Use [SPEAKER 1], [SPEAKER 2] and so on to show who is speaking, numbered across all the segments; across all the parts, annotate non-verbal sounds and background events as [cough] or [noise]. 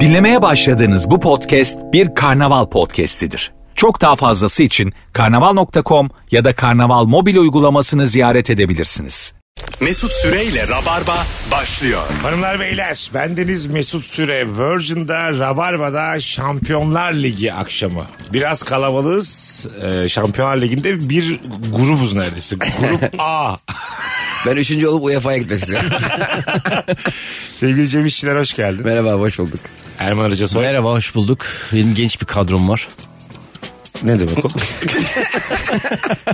[SPEAKER 1] Dinlemeye başladığınız bu podcast bir karnaval podcastidir. Çok daha fazlası için karnaval.com ya da karnaval mobil uygulamasını ziyaret edebilirsiniz.
[SPEAKER 2] Mesut Süreyle Rabarba başlıyor.
[SPEAKER 3] Hanımlar beyler bendeniz Mesut Süre Virgin'da Rabarba'da Şampiyonlar Ligi akşamı. Biraz kalabalığız. Ee, Şampiyonlar Ligi'nde bir grubuz neredeyse. Grup [laughs] A.
[SPEAKER 4] Ben üçüncü olup UEFA'ya gitmek
[SPEAKER 5] [laughs]
[SPEAKER 4] istiyorum.
[SPEAKER 3] Sevgili Cem İşçiler hoş geldin.
[SPEAKER 4] Merhaba hoş bulduk.
[SPEAKER 3] Erman Arıca Soy.
[SPEAKER 5] Merhaba hoş bulduk. Benim genç bir kadrom var.
[SPEAKER 3] Ne demek o?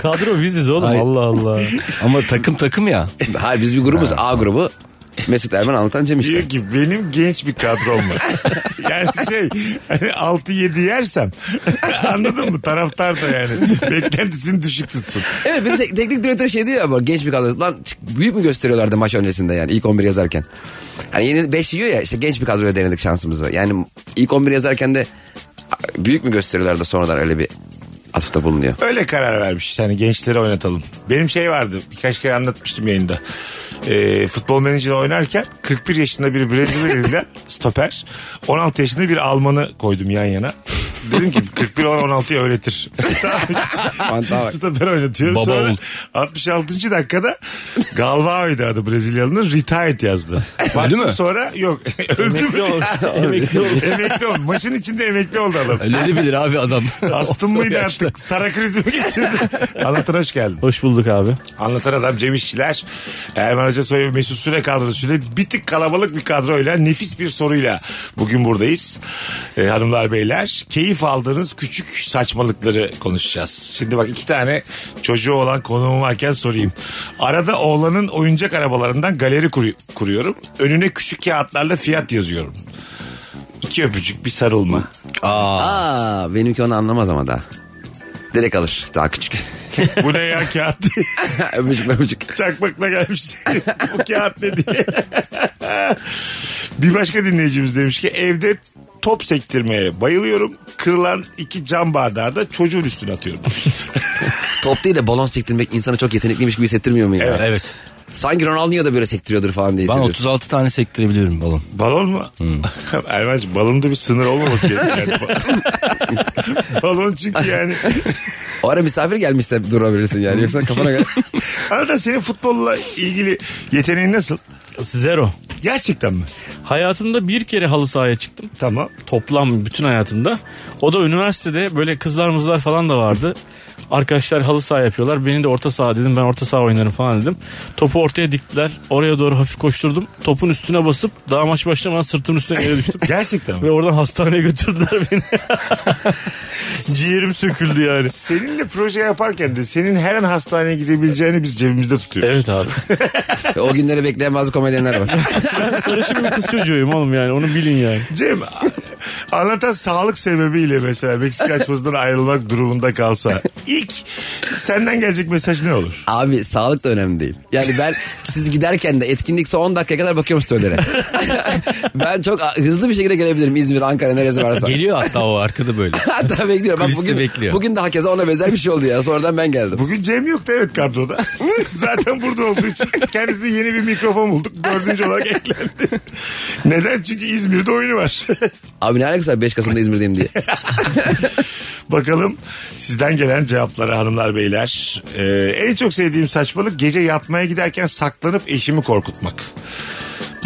[SPEAKER 6] Kadro biziz oğlum.
[SPEAKER 5] Hayır.
[SPEAKER 6] Allah Allah.
[SPEAKER 5] [laughs] Ama takım takım ya.
[SPEAKER 4] Hayır biz bir grubuz A grubu. Mesut Erman Anlatan Cem
[SPEAKER 3] [laughs]
[SPEAKER 4] işte.
[SPEAKER 3] Diyor ki benim genç bir kadrom [laughs] var. yani şey hani 6-7 yersem [laughs] anladın mı? Taraftar da yani beklentisini düşük tutsun.
[SPEAKER 4] Evet bir de tek- teknik direktör şey diyor ama genç bir kadro. Lan çık- büyük mü gösteriyorlardı maç öncesinde yani ilk 11 yazarken. Hani yeni 5 yiyor ya işte genç bir kadroya denedik şansımızı. Yani ilk 11 yazarken de a- büyük mü gösteriyorlardı sonradan öyle bir atıfta bulunuyor.
[SPEAKER 3] Öyle karar vermiş. Yani gençleri oynatalım. Benim şey vardı. Birkaç kere anlatmıştım yayında. Ee, futbol menajer oynarken 41 yaşında bir Brezilyalıyla stoper 16 yaşında bir Alman'ı koydum yan yana. Dedim ki 41 olan 16'yı öğretir. Tamam. Şimdi stoper oynatıyorum.
[SPEAKER 5] Baba
[SPEAKER 3] Sonra
[SPEAKER 5] ol.
[SPEAKER 3] 66. dakikada Galvao'ydu adı Brezilyalı'nın retired yazdı. Baktım
[SPEAKER 5] mü?
[SPEAKER 3] Sonra yok. [laughs] Öldü mü? [laughs]
[SPEAKER 6] Emekli olduk.
[SPEAKER 3] emekli oldu. Maçın içinde emekli oldu adam.
[SPEAKER 5] Öyle de bilir abi adam.
[SPEAKER 3] [laughs] Astım mıydı artık? Sara krizi mi [laughs] geçirdi? Anlatan hoş geldin.
[SPEAKER 6] Hoş bulduk abi.
[SPEAKER 3] Anlatan adam Cem İşçiler, Erman Hoca Soy ve Mesut Süre kadrosuyla bir tık kalabalık bir kadroyla nefis bir soruyla bugün buradayız. Ee, hanımlar beyler keyif aldığınız küçük saçmalıkları konuşacağız. Şimdi bak iki tane çocuğu olan konuğum varken sorayım. Arada oğlanın oyuncak arabalarından galeri kuru- kuruyorum. Önüne küçük kağıtlarla fiyat yazıyorum. İki öpücük bir sarılma.
[SPEAKER 4] Aa benimki onu anlamaz ama daha. Direkt alır daha küçük. [laughs]
[SPEAKER 3] Bu ne ya kağıt diye.
[SPEAKER 4] öpücük öpücük.
[SPEAKER 3] Çakmakla gelmiş. [laughs] Bu kağıt ne diye. bir başka dinleyicimiz demiş ki evde top sektirmeye bayılıyorum. Kırılan iki cam bardağı da çocuğun üstüne atıyorum. [laughs]
[SPEAKER 4] Top değil de balon sektirmek insana çok yetenekliymiş gibi hissettirmiyor mu ya?
[SPEAKER 5] evet.
[SPEAKER 4] Sanki Ronaldinho da böyle sektiriyordur falan diye
[SPEAKER 5] Ben
[SPEAKER 4] hissediyorsun.
[SPEAKER 5] 36 tane sektirebiliyorum balon.
[SPEAKER 3] Balon mu?
[SPEAKER 6] Hmm.
[SPEAKER 3] [laughs] Erman'cığım balonda bir sınır olmaması gerekiyor. Yani.
[SPEAKER 6] [laughs]
[SPEAKER 3] Balon çünkü yani.
[SPEAKER 4] O ara misafir gelmişse durabilirsin yani. Yoksa kafana
[SPEAKER 5] [laughs]
[SPEAKER 4] göre.
[SPEAKER 3] Arada senin futbolla ilgili yeteneğin nasıl?
[SPEAKER 6] Zero.
[SPEAKER 3] Gerçekten mi?
[SPEAKER 6] Hayatımda bir kere halı sahaya çıktım.
[SPEAKER 3] Tamam.
[SPEAKER 6] Toplam bütün hayatımda. O da üniversitede böyle kızlar mızlar falan da vardı. Arkadaşlar halı saha yapıyorlar. Beni de orta saha dedim. Ben orta saha oynarım falan dedim. Topu ortaya diktiler. Oraya doğru hafif koşturdum. Topun üstüne basıp daha maç başlamadan sırtımın üstüne yere düştüm.
[SPEAKER 3] [laughs] Gerçekten
[SPEAKER 6] [laughs]
[SPEAKER 3] mi?
[SPEAKER 6] Ve oradan hastaneye götürdüler
[SPEAKER 3] [laughs]
[SPEAKER 6] beni. Ciğerim söküldü yani.
[SPEAKER 3] Seninle proje yaparken de senin her an hastaneye gidebileceğini biz cebimizde tutuyoruz.
[SPEAKER 6] Evet abi.
[SPEAKER 4] o günleri bekleyen bazı komedyenler var.
[SPEAKER 6] Ben sarışın bir kız çocuğuyum oğlum yani. Onu bilin yani.
[SPEAKER 3] Cem anlatan sağlık sebebiyle mesela Meksika açmasından ayrılmak durumunda kalsa ilk senden gelecek mesaj ne olur?
[SPEAKER 4] Abi sağlık da önemli değil. Yani ben siz giderken de etkinlik son 10 dakikaya kadar bakıyorum storylere. [laughs] ben çok a- hızlı bir şekilde gelebilirim İzmir, Ankara neresi varsa.
[SPEAKER 5] Geliyor hatta o arkada
[SPEAKER 6] [laughs]
[SPEAKER 5] böyle.
[SPEAKER 4] Hatta bekliyorum. Ben
[SPEAKER 5] Kuliste
[SPEAKER 4] bugün,
[SPEAKER 5] bekliyor.
[SPEAKER 4] bugün de hakeza ona benzer bir şey oldu ya. Sonradan ben geldim.
[SPEAKER 3] Bugün Cem yoktu evet kadroda. [laughs] Zaten burada olduğu için kendisine yeni bir mikrofon bulduk. Dördüncü olarak eklendi. Neden? Çünkü İzmir'de oyunu var.
[SPEAKER 4] Abi ne alakası var 5 Kasım'da İzmir'deyim diye.
[SPEAKER 3] Bakalım sizden gelen cevaplara hanımlar beyler. Ee, en çok sevdiğim saçmalık gece yatmaya giderken saklanıp eşimi korkutmak.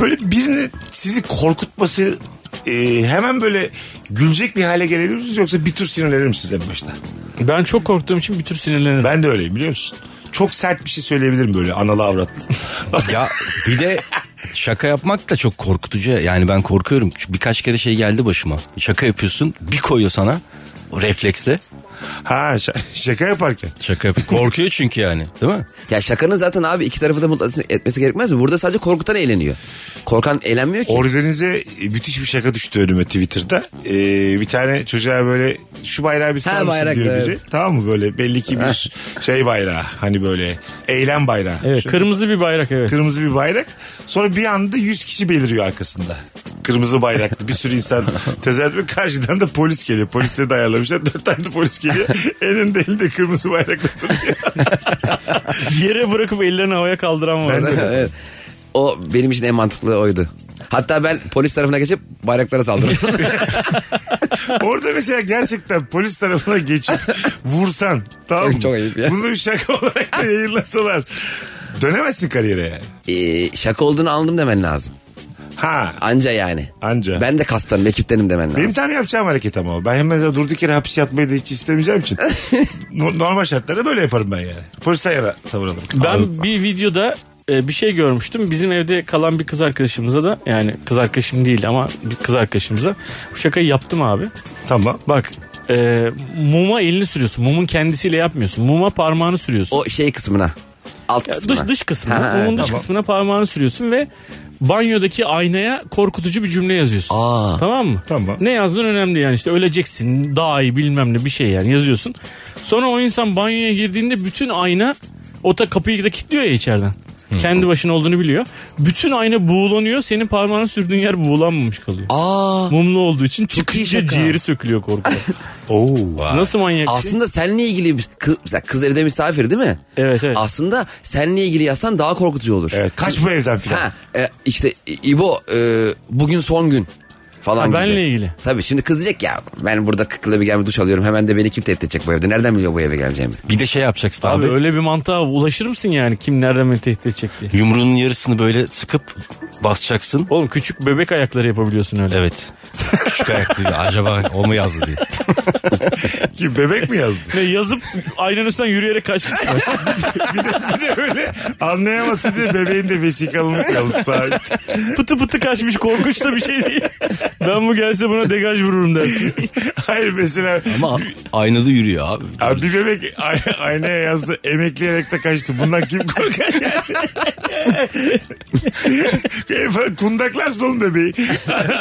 [SPEAKER 3] Böyle birinin sizi korkutması e, hemen böyle gülecek bir hale gelebilir misiniz yoksa bir tür sinirlenir misiniz en başta?
[SPEAKER 6] Ben çok korktuğum için bir tür sinirlenirim.
[SPEAKER 3] Ben de öyleyim biliyor musun? Çok sert bir şey söyleyebilirim böyle analı avratlı. [laughs]
[SPEAKER 5] ya bir de şaka yapmak da çok korkutucu. Yani ben korkuyorum. Çünkü Birkaç kere şey geldi başıma. Şaka yapıyorsun bir koyuyor sana. O refleksle.
[SPEAKER 3] ha ş- şaka yaparken.
[SPEAKER 5] Şaka yapıyor. Korkuyor çünkü yani. Değil mi?
[SPEAKER 4] Ya şakanın zaten abi iki tarafı da mutlu etmesi gerekmez mi? Burada sadece korkutan eğleniyor. Korkan eğlenmiyor ki.
[SPEAKER 3] Organize e, müthiş bir şaka düştü önüme Twitter'da. Ee, bir tane çocuğa böyle şu bayrağı bir tutar
[SPEAKER 4] Ha,
[SPEAKER 3] mısın
[SPEAKER 4] bayrak,
[SPEAKER 3] diyor biri.
[SPEAKER 4] evet.
[SPEAKER 3] Tamam mı böyle belli ki
[SPEAKER 4] [laughs]
[SPEAKER 3] bir şey bayrağı hani böyle eylem bayrağı.
[SPEAKER 6] Evet
[SPEAKER 3] Şu
[SPEAKER 6] kırmızı bir bayrak evet.
[SPEAKER 3] Kırmızı bir bayrak. Sonra bir anda 100 kişi beliriyor arkasında. Kırmızı bayraklı bir sürü
[SPEAKER 4] [laughs]
[SPEAKER 3] insan tezahürat karşıdan da polis geliyor. Polisleri de ayarlamışlar. Dört tane de polis
[SPEAKER 4] [laughs]
[SPEAKER 3] geliyor. Elinde elinde kırmızı bayrakla duruyor.
[SPEAKER 6] Yere bırakıp ellerini havaya kaldıran var.
[SPEAKER 4] [laughs]
[SPEAKER 3] Ben de-
[SPEAKER 4] Evet. O benim için en mantıklı oydu. Hatta ben polis tarafına geçip
[SPEAKER 3] [laughs]
[SPEAKER 4] bayraklara saldırırım.
[SPEAKER 3] Orada mesela gerçekten polis tarafına geçip vursan tamam
[SPEAKER 4] Çok-
[SPEAKER 3] mı?
[SPEAKER 4] çok ayıp ya.
[SPEAKER 3] Bunu bir şaka olarak da yayınlasalar. Dönemezsin kariyere yani.
[SPEAKER 4] Ee, şaka olduğunu anladım demen lazım.
[SPEAKER 3] Ha
[SPEAKER 4] Anca yani.
[SPEAKER 3] Anca.
[SPEAKER 4] Ben de kastanım ekiptenim demen lazım.
[SPEAKER 3] Benim tam yapacağım hareket ama o. Ben hemen de durduk yere hapis yatmayı da hiç istemeyeceğim
[SPEAKER 4] [laughs]
[SPEAKER 3] için. No- Normal şartlarda böyle yaparım ben yani. Polise yara tavır alırım.
[SPEAKER 6] Ben bir videoda e, bir şey görmüştüm. Bizim evde kalan bir kız arkadaşımıza da yani kız arkadaşım değil ama bir kız arkadaşımıza bu şakayı yaptım abi.
[SPEAKER 3] Tamam.
[SPEAKER 6] Bak e, muma elini sürüyorsun. Mumun kendisiyle yapmıyorsun. Muma parmağını sürüyorsun.
[SPEAKER 4] O şey kısmına. Alt
[SPEAKER 6] Ya
[SPEAKER 4] kısmına.
[SPEAKER 6] dış dış kısmına.
[SPEAKER 4] Ha,
[SPEAKER 6] mumun
[SPEAKER 4] evet,
[SPEAKER 6] dış
[SPEAKER 4] tamam.
[SPEAKER 6] kısmına parmağını sürüyorsun ve banyodaki aynaya korkutucu bir cümle yazıyorsun.
[SPEAKER 4] Aa.
[SPEAKER 6] Tamam mı?
[SPEAKER 3] Tamam.
[SPEAKER 6] Ne yazdığın önemli yani işte öleceksin daha iyi bilmem ne bir şey yani yazıyorsun. Sonra o insan banyoya girdiğinde bütün ayna o da kapıyı da kilitliyor ya içeriden. Kendi başına olduğunu biliyor. Bütün ayna buğulanıyor. Senin parmağını sürdüğün yer buğulanmamış kalıyor.
[SPEAKER 4] Aa.
[SPEAKER 6] Mumlu olduğu için çıkınca
[SPEAKER 4] şaka.
[SPEAKER 6] ciğeri
[SPEAKER 4] [laughs]
[SPEAKER 6] sökülüyor korkudan.
[SPEAKER 3] Oo.
[SPEAKER 6] Nasıl manyak bir şey?
[SPEAKER 4] Aslında seninle ilgili bir- kız, mesela kız evde misafir değil mi?
[SPEAKER 6] Evet, evet.
[SPEAKER 4] Aslında seninle ilgili yazsan daha korkutucu olur.
[SPEAKER 3] Evet, kaç bu evden filan.
[SPEAKER 4] Ha e, işte İbo e, bugün son gün falan
[SPEAKER 6] Ha,
[SPEAKER 4] gibi.
[SPEAKER 6] benle ilgili.
[SPEAKER 4] Tabii şimdi kız diyecek ya ben burada kırkla bir gelme duş alıyorum hemen de beni kim tehdit edecek bu evde nereden biliyor bu eve geleceğimi?
[SPEAKER 5] Bir de şey yapacaksın
[SPEAKER 6] Abi,
[SPEAKER 5] abi.
[SPEAKER 6] öyle bir mantığa ulaşır mısın yani kim nereden beni tehdit edecek diye.
[SPEAKER 5] Yumruğunun yarısını böyle sıkıp basacaksın.
[SPEAKER 6] Oğlum küçük bebek ayakları yapabiliyorsun öyle.
[SPEAKER 5] Evet. Küçük ayaklı diyor. Acaba o mu yazdı diye.
[SPEAKER 3] Ki bebek mi yazdı?
[SPEAKER 6] Ve yazıp aynanın üstünden yürüyerek kaçmışlar.
[SPEAKER 3] Bir de böyle anlayamasın diye bebeğin de vesikalını yazdı sağ
[SPEAKER 4] [laughs]
[SPEAKER 3] üstte.
[SPEAKER 6] pıtı pıtı kaçmış korkunç da bir şey değil. Ben bu gelse buna degaj vururum dersin.
[SPEAKER 3] Hayır mesela
[SPEAKER 5] Ama aynada yürüyor abi.
[SPEAKER 3] abi bir bebek ay- aynaya yazdı emekleyerek de kaçtı. Bundan kim korkar yani? Kundaklarsın oğlum bebeği.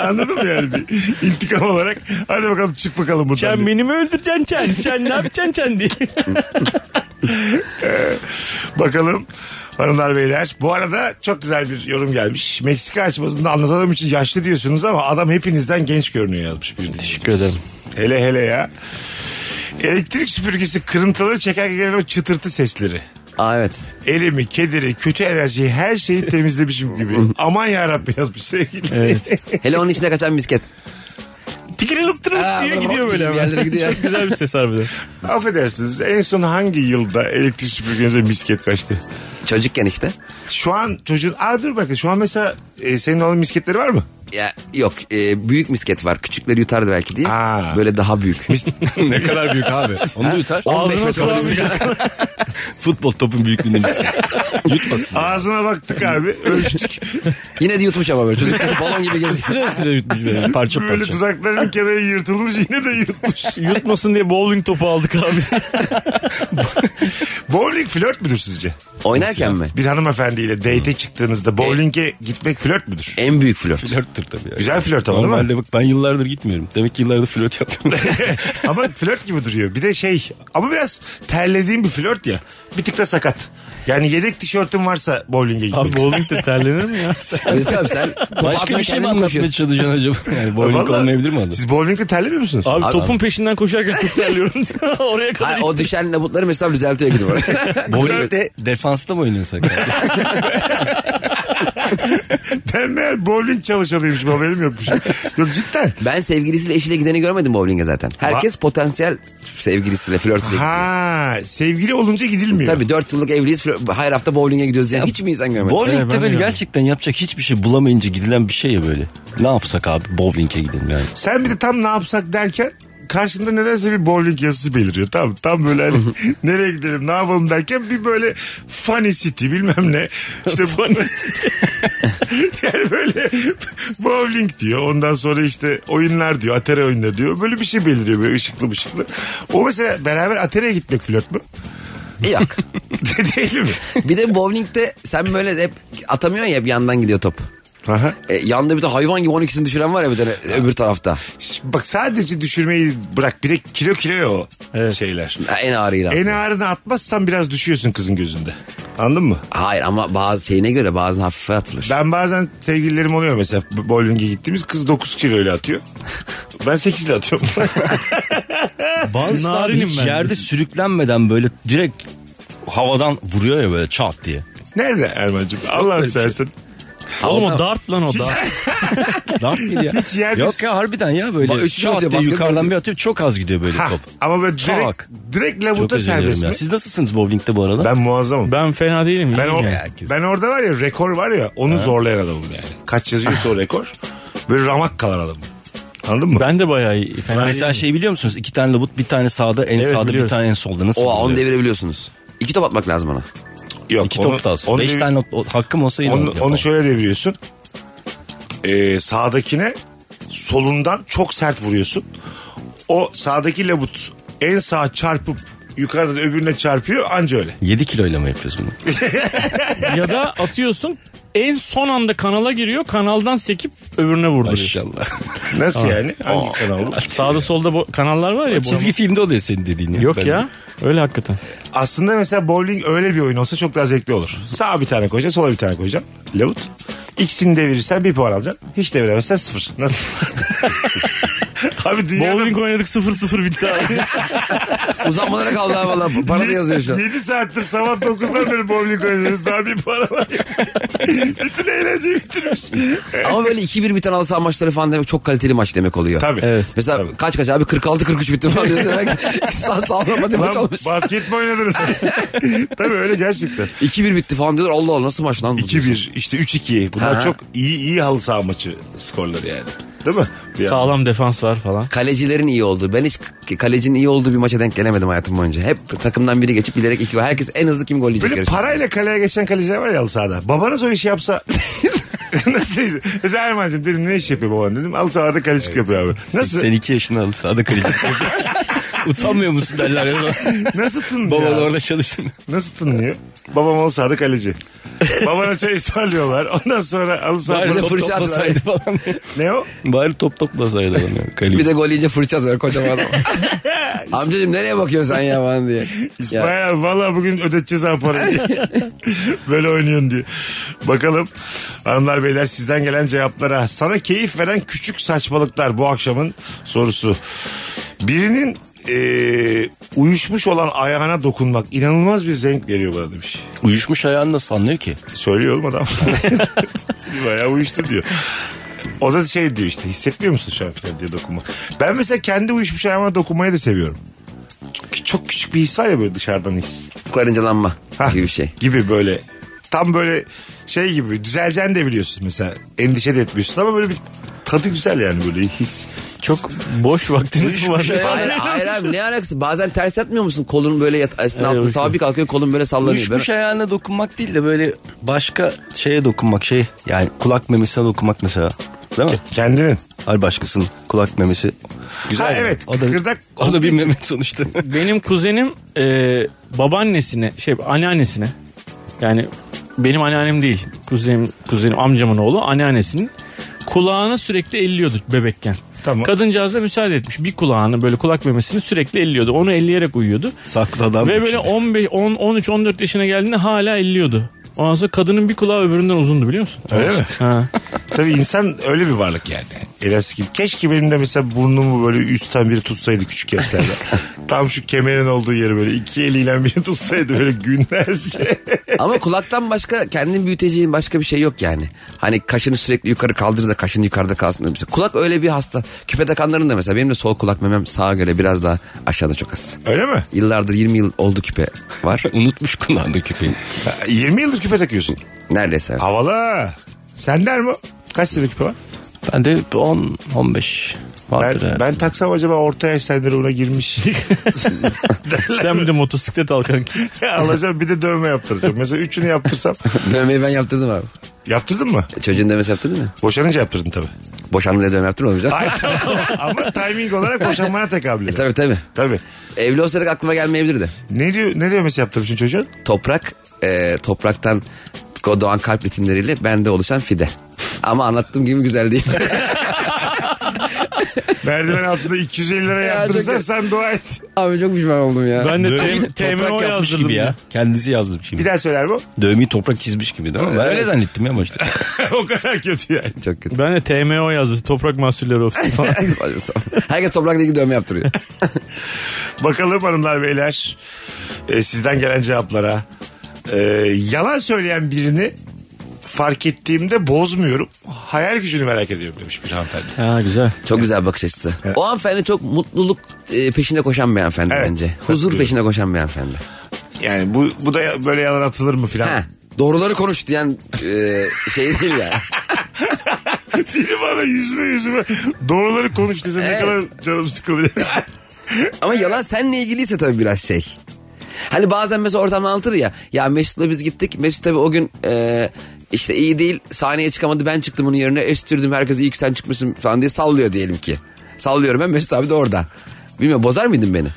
[SPEAKER 3] Anladın mı yani? Bir intikam olarak. Hadi bakalım çık bakalım buradan. diye.
[SPEAKER 6] Sen beni mi öldüreceksin Çen? Çen ne yapacaksın Çen [laughs] diye.
[SPEAKER 3] Bakalım hanımlar beyler. Bu arada çok güzel bir yorum gelmiş. Meksika açmasında anlatalım için yaşlı diyorsunuz ama adam hepinizden genç görünüyor yazmış. Bir Teşekkür ederim. Hele hele ya. Elektrik süpürgesi kırıntıları çekerken gelen o çıtırtı sesleri.
[SPEAKER 4] Aa evet.
[SPEAKER 3] Elimi, kederi, kötü enerjiyi her şeyi temizlemişim
[SPEAKER 6] [laughs]
[SPEAKER 3] gibi. Aman yarabbim yazmış sevgili. [laughs]
[SPEAKER 4] Hele onun içine kaçan misket.
[SPEAKER 6] Tikirilip tırılıp
[SPEAKER 4] Aa,
[SPEAKER 6] diye
[SPEAKER 4] bravo,
[SPEAKER 6] gidiyor böyle
[SPEAKER 4] bizim yerlere
[SPEAKER 6] hemen. [laughs]
[SPEAKER 4] gidiyor.
[SPEAKER 6] Çok güzel bir ses harbiden.
[SPEAKER 3] Affedersiniz en son hangi yılda elektrik süpürgenize misket kaçtı?
[SPEAKER 4] Çocukken işte.
[SPEAKER 3] Şu an çocuğun... Aa dur bakın şu an mesela e, senin oğlun misketleri var mı?
[SPEAKER 4] Ya yok e, büyük misket var küçükleri yutardı belki diye.
[SPEAKER 3] Aa.
[SPEAKER 4] Böyle daha büyük.
[SPEAKER 5] [laughs]
[SPEAKER 4] [laughs]
[SPEAKER 5] ne kadar büyük abi. Onu da yutar.
[SPEAKER 4] 15
[SPEAKER 6] Ağzına
[SPEAKER 4] metre olması. [laughs]
[SPEAKER 6] sığamayacak.
[SPEAKER 5] Futbol topun büyüklüğünde misket. Yutmasın.
[SPEAKER 3] Ağzına baktık
[SPEAKER 6] [laughs]
[SPEAKER 3] abi. Ölçtük.
[SPEAKER 4] Yine de yutmuş ama böyle çocuk balon gibi geziyor.
[SPEAKER 5] Sıra sıra yutmuş böyle parça
[SPEAKER 3] Böyle
[SPEAKER 5] parça.
[SPEAKER 3] tuzakların kenarı yırtılmış yine de
[SPEAKER 6] [laughs]
[SPEAKER 3] yırtmış.
[SPEAKER 6] Yutmasın diye bowling topu aldık abi.
[SPEAKER 3] bowling flört müdür sizce?
[SPEAKER 4] Oynarken mi?
[SPEAKER 3] Bir hanımefendiyle date'e çıktığınızda bowling'e gitmek flört müdür?
[SPEAKER 4] En büyük flört.
[SPEAKER 5] Flörttür tabii. yani.
[SPEAKER 3] Güzel flört ama değil mi?
[SPEAKER 5] Normalde bak ben yıllardır gitmiyorum. Demek ki yıllardır flört [laughs] yapmıyorum.
[SPEAKER 3] [laughs] ama flört gibi duruyor. Bir de şey ama biraz terlediğim bir flört ya. Bir tık da sakat. Yani yedek tişörtün varsa bowling'e gitmek.
[SPEAKER 6] Abi bowling de terlenir mi ya?
[SPEAKER 4] Mesut abi sen topu
[SPEAKER 5] Başka bir
[SPEAKER 4] atmaya
[SPEAKER 5] şey mi
[SPEAKER 4] kendin koşuyorsun.
[SPEAKER 5] anlatmaya çalışacaksın [laughs] acaba? Yani bowling
[SPEAKER 3] Vallahi,
[SPEAKER 5] olmayabilir mi adam?
[SPEAKER 3] Siz bowling'de terlemiyor musunuz?
[SPEAKER 6] Abi, topun peşinden koşarken çok terliyorum diyor. [laughs] Oraya kadar.
[SPEAKER 4] Hayır, o düşen labutları Mesut abi düzeltiyor gidiyor.
[SPEAKER 5] Bowling'de defansta mı [laughs] oynuyorsak?
[SPEAKER 3] [laughs] Ben meğer bowling çalışanıymışım haberim yokmuş. Yok cidden.
[SPEAKER 4] Ben sevgilisiyle eşiyle gideni görmedim bowling'e zaten. Herkes potansiyel sevgilisiyle flörtüyle gidiyor.
[SPEAKER 3] Ha sevgili olunca gidilmiyor.
[SPEAKER 4] Tabii 4 yıllık evliyiz flört- her hafta bowling'e gidiyoruz yani hiç mi insan görmedim?
[SPEAKER 6] Evet, ben
[SPEAKER 5] Bowling'de
[SPEAKER 6] de
[SPEAKER 5] böyle
[SPEAKER 6] gördüm.
[SPEAKER 5] gerçekten yapacak hiçbir şey bulamayınca gidilen bir şey ya böyle. Ne yapsak abi bowling'e gidelim yani.
[SPEAKER 3] Sen bir de tam ne yapsak derken karşında nedense bir bowling yazısı beliriyor. Tam tam böyle hani [laughs] nereye gidelim ne yapalım derken bir böyle funny city bilmem ne. İşte [laughs] funny yani böyle bowling diyor. Ondan sonra işte oyunlar diyor. Atari oyunları diyor. Böyle bir şey beliriyor böyle ışıklı ışıklı. O mesela beraber Atere'ye gitmek flört mü? [laughs]
[SPEAKER 4] Yok.
[SPEAKER 3] Değil mi?
[SPEAKER 4] Bir de bowling'de sen böyle hep atamıyorsun ya hep yandan gidiyor top.
[SPEAKER 3] Aha.
[SPEAKER 4] E, yanda bir de hayvan gibi 12'sini düşüren var ya bir tane öbür tarafta.
[SPEAKER 3] Bak sadece düşürmeyi bırak. Bir de kilo kilo ya o
[SPEAKER 6] Evet.
[SPEAKER 3] şeyler.
[SPEAKER 4] Ha, En ağırıyla.
[SPEAKER 3] En ağırını atmazsan biraz düşüyorsun kızın gözünde. Anladın mı?
[SPEAKER 4] Hayır ama bazı şeyine göre bazı hafife atılır.
[SPEAKER 3] Ben bazen sevgililerim oluyor mesela b- bowling'e gittiğimiz kız 9 kiloyla atıyor. Ben 8 ile atıyorum. [laughs]
[SPEAKER 5] Bazısı da abi
[SPEAKER 6] Narinim
[SPEAKER 5] hiç
[SPEAKER 6] ben.
[SPEAKER 5] yerde sürüklenmeden böyle direkt havadan vuruyor ya böyle çat diye.
[SPEAKER 6] [laughs]
[SPEAKER 3] Nerede Erman'cığım? Allah'ını
[SPEAKER 5] Öyle bir şey.
[SPEAKER 3] sersin.
[SPEAKER 6] Oğlum o dart lan o dart.
[SPEAKER 5] Dart mıydı ya?
[SPEAKER 3] Hiç yer
[SPEAKER 5] Yok ya harbiden ya böyle.
[SPEAKER 4] Bak, üç
[SPEAKER 5] Şat
[SPEAKER 4] atıyor,
[SPEAKER 5] diye
[SPEAKER 4] baskı
[SPEAKER 5] yukarıdan
[SPEAKER 4] gördüm.
[SPEAKER 5] bir atıyor çok az gidiyor böyle
[SPEAKER 3] Ha,
[SPEAKER 5] top.
[SPEAKER 3] ama böyle
[SPEAKER 5] Çok.
[SPEAKER 3] direkt, direkt
[SPEAKER 5] Çok
[SPEAKER 3] labuta
[SPEAKER 5] özür diliyorum
[SPEAKER 3] serbest
[SPEAKER 5] ya.
[SPEAKER 3] mi?
[SPEAKER 5] Siz nasılsınız bowlingde bu arada?
[SPEAKER 3] Ben muazzamım.
[SPEAKER 6] Ben fena değilim.
[SPEAKER 3] Ben,
[SPEAKER 6] iyiyim
[SPEAKER 3] o,
[SPEAKER 6] yani.
[SPEAKER 5] herkes.
[SPEAKER 3] ben orada var ya rekor var ya onu zorlayan adamım yani. Kaç yazıyorsa
[SPEAKER 5] [laughs]
[SPEAKER 3] o rekor. Böyle ramak kalan adamım. Anladın mı?
[SPEAKER 6] Ben de bayağı iyi. Fena
[SPEAKER 5] Mesela
[SPEAKER 6] değilim.
[SPEAKER 5] şey biliyor musunuz? İki tane labut bir tane sağda en
[SPEAKER 6] Evet,
[SPEAKER 5] sağda
[SPEAKER 6] biliyoruz.
[SPEAKER 5] bir tane en solda. Nasıl
[SPEAKER 4] Oha onu
[SPEAKER 5] oluyor?
[SPEAKER 4] devirebiliyorsunuz. İki top atmak lazım ona.
[SPEAKER 3] Yok,
[SPEAKER 5] İki
[SPEAKER 3] onu-
[SPEAKER 5] top da az.
[SPEAKER 3] onu
[SPEAKER 5] Beş
[SPEAKER 3] devir-
[SPEAKER 5] tane o- hakkım olsa yine
[SPEAKER 3] Onu,
[SPEAKER 5] yaparım.
[SPEAKER 3] onu şöyle deviriyorsun. Ee, sağdakine solundan çok sert vuruyorsun. O sağdaki labut en sağa çarpıp yukarıdan öbürüne çarpıyor anca öyle.
[SPEAKER 5] 7 kiloyla mı yapıyoruz bunu?
[SPEAKER 6] ya da atıyorsun en son anda kanala giriyor. Kanaldan sekip öbürüne vurduruyor.
[SPEAKER 5] İnşallah.
[SPEAKER 3] [laughs] Nasıl yani? Hangi kanal bu?
[SPEAKER 6] Sağda solda bu kanallar var ya. bu-
[SPEAKER 5] Çizgi filmde oluyor senin dediğin. ya.
[SPEAKER 6] Yok
[SPEAKER 5] Ben-
[SPEAKER 6] ya. Öyle hakikaten.
[SPEAKER 3] Aslında mesela bowling öyle bir oyun olsa çok daha zevkli olur. Sağa bir tane koyacaksın, sola bir tane koyacaksın. Lavut. İkisini devirirsen bir puan alacaksın. Hiç deviremezsen sıfır. Nasıl? [laughs] Abi dünyada...
[SPEAKER 6] Bowling oynadık 0-0 bitti abi.
[SPEAKER 4] Uzatmalara kaldı ha valla.
[SPEAKER 3] [laughs]
[SPEAKER 4] Bana da yazıyor şu an.
[SPEAKER 3] 7 saattir sabah 9'dan beri bowling oynuyoruz. Daha bir puan
[SPEAKER 4] [laughs]
[SPEAKER 3] alamıyor. Bütün eğlenceyi bitirmiş.
[SPEAKER 4] Ama böyle 2-1 biten halı saha maçları falan demek çok kaliteli maç demek oluyor.
[SPEAKER 3] Tabii.
[SPEAKER 6] Evet.
[SPEAKER 4] Mesela kaç kaç abi 46-43 bitti falan
[SPEAKER 3] [laughs]
[SPEAKER 4] diyor. demek. ki Sağ sallama diye maç
[SPEAKER 3] Lan
[SPEAKER 4] olmuş.
[SPEAKER 3] basket mi
[SPEAKER 4] [laughs]
[SPEAKER 3] oynadınız? Tabii öyle gerçekten.
[SPEAKER 4] 2-1 bitti falan diyorlar. Allah Allah nasıl maç lan? bu?
[SPEAKER 3] 2-1 işte 3-2 bunlar
[SPEAKER 4] Ha.
[SPEAKER 3] çok iyi iyi halı saha maçı skorları yani. Değil mi? Bir yandan.
[SPEAKER 6] Sağlam defans var falan.
[SPEAKER 4] Kalecilerin iyi olduğu. Ben hiç k- kalecinin iyi olduğu bir maça denk gelemedim hayatım boyunca. Hep takımdan biri geçip bilerek iki gol. Herkes en hızlı kim gol yiyecek
[SPEAKER 3] Böyle
[SPEAKER 4] yarışmasında.
[SPEAKER 3] parayla kaleye geçen kaleciler var ya halı sahada. Babanız o işi
[SPEAKER 4] [laughs]
[SPEAKER 3] yapsa Nasıl? Mesela Erman'cığım dedim ne iş yapıyor baban dedim. Halı sahada kalecilik yapıyor abi. Nasıl?
[SPEAKER 5] 82 yaşında alı sahada
[SPEAKER 6] [laughs]
[SPEAKER 5] kaleci. Utanmıyor musun derler ya.
[SPEAKER 3] Nasıl tınlıyor?
[SPEAKER 5] Babalı orada çalıştım.
[SPEAKER 3] Nasıl tınlıyor? Babam halı sahada kaleci. Babana çay ısmarlıyorlar. Ondan sonra halı
[SPEAKER 5] Bari
[SPEAKER 3] sahada...
[SPEAKER 4] de
[SPEAKER 5] top
[SPEAKER 4] fırça attılar.
[SPEAKER 5] toplasaydı falan.
[SPEAKER 3] ne o?
[SPEAKER 5] [laughs] Bari top toplasaydı adam ya. Kaleci.
[SPEAKER 4] Bir de gol yiyince fırça atıyor kocaman
[SPEAKER 3] [laughs]
[SPEAKER 4] adam. [laughs] Amcacığım nereye bakıyorsun sen ya falan diye. Ya,
[SPEAKER 3] İsmail abi valla bugün ödeteceğiz ha parayı. Böyle oynuyorsun diye. Bakalım hanımlar beyler sizden gelen cevaplara. Sana keyif veren küçük saçmalıklar bu akşamın sorusu. Birinin eee, uyuşmuş olan ayağına dokunmak inanılmaz bir zevk veriyor bana demiş.
[SPEAKER 5] Uyuşmuş ayağını nasıl anlıyor ki?
[SPEAKER 3] Söylüyor oğlum adam. [laughs] Bayağı uyuştu diyor. O da şey diyor işte hissetmiyor musun şu an falan diye dokunmak. Ben mesela kendi uyuşmuş ayağıma dokunmayı da seviyorum. Çok küçük bir his var ya böyle dışarıdan his.
[SPEAKER 4] karıncalanma
[SPEAKER 3] Ha,
[SPEAKER 4] gibi bir şey.
[SPEAKER 3] Gibi böyle. Tam böyle şey gibi düzeleceğini de biliyorsun mesela. Endişe de etmiyorsun ama böyle bir tadı güzel yani böyle his.
[SPEAKER 6] Çok boş vaktiniz mi var?
[SPEAKER 4] Hayır, hayır abi ne alakası? Bazen ters yatmıyor musun? Kolun böyle yat, esnaf,
[SPEAKER 6] Evet,
[SPEAKER 4] sabah bir kalkıyor kolun böyle sallanıyor.
[SPEAKER 5] Uyuşmuş ayağına dokunmak değil de böyle başka şeye dokunmak şey yani kulak memesine dokunmak mesela. Değil mi?
[SPEAKER 3] Kendinin.
[SPEAKER 5] Hayır başkasının kulak memesi. Güzel.
[SPEAKER 3] Ha,
[SPEAKER 5] yani.
[SPEAKER 3] evet.
[SPEAKER 5] O da,
[SPEAKER 3] Kıkırdak
[SPEAKER 5] o da bir meme sonuçta.
[SPEAKER 6] Benim kuzenim e, babaannesine şey anneannesine yani benim anneannem değil kuzenim kuzenim amcamın oğlu anneannesinin kulağını sürekli elliyordu bebekken.
[SPEAKER 3] Tamam.
[SPEAKER 6] Kadıncağız da müsaade etmiş. Bir kulağını böyle kulak memesini sürekli elliyordu. Onu elleyerek uyuyordu.
[SPEAKER 5] [laughs] Saklı adam.
[SPEAKER 6] Ve
[SPEAKER 5] gibi
[SPEAKER 6] böyle
[SPEAKER 5] şimdi.
[SPEAKER 6] 15, 10, 13, 14 yaşına geldiğinde hala elliyordu. Ondan sonra kadının bir kulağı öbüründen uzundu biliyor musun?
[SPEAKER 3] Öyle mi?
[SPEAKER 6] Ha.
[SPEAKER 3] Tabii insan öyle bir varlık yani. Elastik gibi. Keşke benim de mesela burnumu böyle üstten biri tutsaydı küçük yaşlarda. [laughs] Tam şu kemerin olduğu yeri böyle iki eliyle biri tutsaydı böyle günlerce.
[SPEAKER 4] Ama kulaktan başka kendin büyüteceğin başka bir şey yok yani. Hani kaşını sürekli yukarı kaldır da kaşın yukarıda kalsın. da Mesela kulak öyle bir hasta. Küpe takanların da mesela benim de sol kulak memem sağa göre biraz daha aşağıda çok az.
[SPEAKER 3] öyle mi?
[SPEAKER 4] Yıllardır 20 yıl oldu küpe var.
[SPEAKER 5] şey Unutmuş kullandığı küpeyi.
[SPEAKER 3] 20 yıldır küpe takıyorsun.
[SPEAKER 4] Neredeyse.
[SPEAKER 3] Havalı. Sen der mi? Kaç sene küpe var?
[SPEAKER 5] Ben de 10 15 vardır
[SPEAKER 3] Ben,
[SPEAKER 5] herhalde.
[SPEAKER 3] ben taksam acaba orta yaş sendromuna [laughs] girmiş.
[SPEAKER 6] Sen bir de motosiklet al kanki.
[SPEAKER 3] Alacağım bir de dövme yaptıracağım. Mesela üçünü yaptırsam.
[SPEAKER 4] [laughs] Dövmeyi ben yaptırdım abi.
[SPEAKER 3] Yaptırdın mı?
[SPEAKER 4] Çocuğun dövmesi yaptırdın mı?
[SPEAKER 3] Boşanınca yaptırdın tabii.
[SPEAKER 4] Boşanma diye dövme yaptırmadım canım.
[SPEAKER 3] Ay tamam. [laughs] Ama timing olarak boşanmana tekabül
[SPEAKER 4] E
[SPEAKER 3] eder.
[SPEAKER 4] tabi tabi.
[SPEAKER 3] Tabii.
[SPEAKER 4] Evli olsaydık aklıma gelmeyebilirdi.
[SPEAKER 3] Ne diyor ne dövmesi yaptırmışsın çocuğun?
[SPEAKER 4] Toprak, e, topraktan doğan kalp ritimleriyle bende oluşan fide. Ama anlattığım gibi güzel değil.
[SPEAKER 3] Merdiven altında 250 lira
[SPEAKER 4] Ya,
[SPEAKER 3] yaptırırsan
[SPEAKER 4] çok-
[SPEAKER 3] sen dua et.
[SPEAKER 4] [laughs] abi çok pişman oldum ya.
[SPEAKER 6] Ben de
[SPEAKER 5] Dövmeyi
[SPEAKER 6] tem, temin o
[SPEAKER 5] toprak yapmış
[SPEAKER 6] yazdırdım.
[SPEAKER 5] gibi ya. Kendisi yazmış
[SPEAKER 3] Bir
[SPEAKER 5] gibi.
[SPEAKER 3] daha söyler bu.
[SPEAKER 5] Dövmeyi toprak çizmiş gibi değil mi? Ben
[SPEAKER 4] Evet.
[SPEAKER 5] öyle zannettim ya başta.
[SPEAKER 3] [laughs] o kadar kötü yani.
[SPEAKER 4] Çok kötü.
[SPEAKER 6] Ben de TMO yazdım. Toprak Mahsulleri Ofisi falan.
[SPEAKER 4] Saçma sapan. Herkes toprakla ilgili dövme yaptırıyor.
[SPEAKER 3] Bakalım hanımlar beyler. Ee, sizden gelen cevaplara. Ee, yalan söyleyen birini fark ettiğimde bozmuyorum. Hayal gücünü merak ediyorum demiş bir hanımefendi.
[SPEAKER 6] Ha güzel.
[SPEAKER 4] Çok güzel bakış açısı. O hanımefendi çok mutluluk e, peşinde koşan bir hanımefendi
[SPEAKER 3] Evet.
[SPEAKER 4] bence.
[SPEAKER 3] Katılıyorum.
[SPEAKER 4] Huzur peşinde koşan bir hanımefendi.
[SPEAKER 3] Yani bu, bu da ya- böyle yalan atılır mı filan.
[SPEAKER 4] Ha, doğruları konuş diyen e, şey değil yani.
[SPEAKER 3] [laughs] Biri bana yüzüme yüzüme doğruları konuş dese ne
[SPEAKER 4] Evet.
[SPEAKER 3] kadar canım
[SPEAKER 4] [laughs]
[SPEAKER 3] sıkılır.
[SPEAKER 4] Ama yalan seninle ilgiliyse tabii biraz şey. Hani bazen mesela ortamda anlatır ya. Ya Mesut'la biz gittik. Mesut tabii o gün e, işte iyi değil. Sahneye çıkamadı ben çıktım onun yerine. Östürdüm herkes iyi ki sen çıkmışsın falan diye sallıyor diyelim ki. Sallıyorum ben Mesut abi de orada. Bilmiyorum bozar mıydın beni?